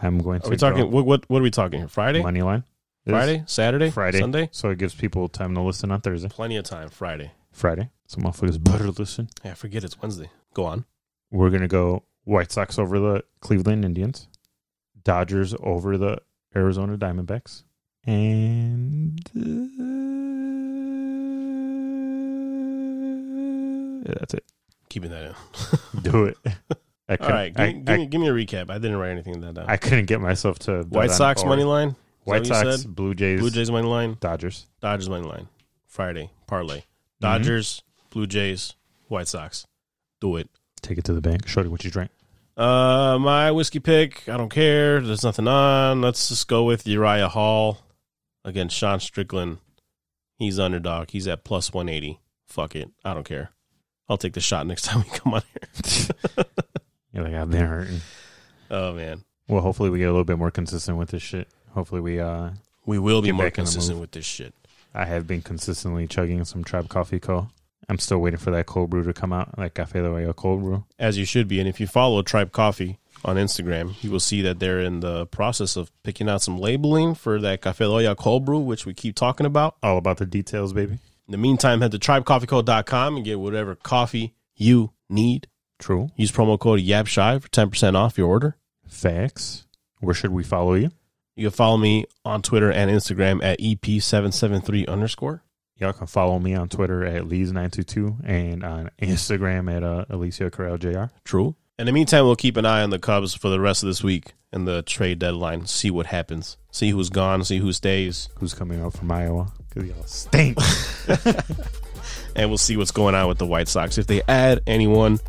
G: I'm going to.
F: Are we talking? What, what What are we talking here? Friday,
G: go money line? This
F: Friday, Saturday,
G: Friday,
F: Sunday.
G: So it gives people time to listen on Thursday,
F: Plenty of time. Friday.
G: Friday. So motherfuckers better listen.
F: Yeah, forget it's Wednesday. Go on.
G: We're gonna go White Sox over the Cleveland Indians, Dodgers over the Arizona Diamondbacks, and uh, yeah, that's it.
F: Keeping that in.
G: Do it. I
F: All right.
G: couldn't-
F: Give,
G: I,
F: give
G: I,
F: me, give me a recap. I didn't write anything that down.
G: I couldn't get myself to bet
F: White
G: on
F: Sox
G: or-
F: money line.
G: White
F: that what you
G: Sox,
F: said?
G: Blue Jays,
F: Blue Jays money line,
G: Dodgers.
F: Dodgers money line. Friday parlay.
G: Mm-hmm.
F: Dodgers, Blue Jays, White Sox. Do it.
G: Mm-hmm. Take it to the bank. Show you what you drank.
F: Uh, my whiskey pick. I don't care. There's nothing on. Let's just go with Uriah Hall against Sean Strickland. He's underdog. He's at plus one eighty. Fuck it. I don't care. I'll take the shot next time we come on here.
G: You're like, I've been hurting.
F: oh man,
G: Well, hopefully we get a little bit more consistent with this shit. Hopefully we. uh
F: we will be
G: Get
F: more
G: back in the
F: consistent
G: move.
F: with this shit.
G: I have been consistently chugging some Tribe Coffee Co. I'm still waiting for that cold brew to come out, like Cafe de Rayo cold brew.
F: as you should be. And if you follow Tribe Coffee on Instagram, you will see that they're in the process of picking out some labeling for that Cafe Loya cold brew, which we keep talking about.
G: All about the details, baby.
F: In the meantime, head to tribecoffeeco.com and get whatever coffee you need.
G: True.
F: Use promo code YAPSHY for 10% off your order.
G: Facts. Where should we follow you?
F: You can follow me on Twitter and Instagram at E EP773 underscore.
G: Y'all can follow me on Twitter at Lees922 and on Instagram at uh, Alicia Corral Jr.
F: True. In the meantime, we'll keep an eye on the Cubs for the rest of this week and the trade deadline. See what happens. See who's gone. See who stays.
G: Who's coming out from Iowa? Because y'all stink.
F: and we'll see what's going on with the White Sox if they add anyone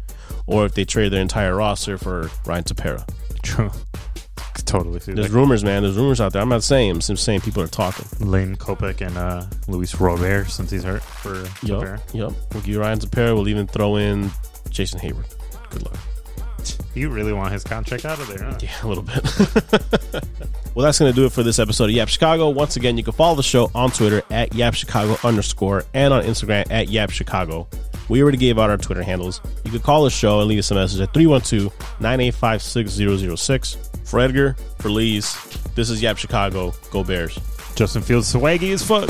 F: or if they trade their entire roster for Ryan Tapera.
G: True. Totally. see
F: There's
G: Like
F: rumors, man. There's rumors out there. I'm not saying. I'm just saying people are talking.
G: Lane Kopic and uh, Luis Robert since he's hurt for
F: Yep.
G: Rivera.
F: Yep. We'll give Ryan Tapera. We'll even throw in Jason Hayward. Good luck.
G: You really want his contract out of there, huh?
F: Yeah, a little bit. well, that's going to do it for this episode of Yap Chicago. Once again, you can follow the show on Twitter at Yap Chicago underscore and on Instagram at Yap Chicago. We already gave out our Twitter handles. You can call the show and leave us a message at 312 985 6006. For Edgar, for Lee's, this is Yap Chicago. Go Bears.
G: Justin Fields swaggy as fuck.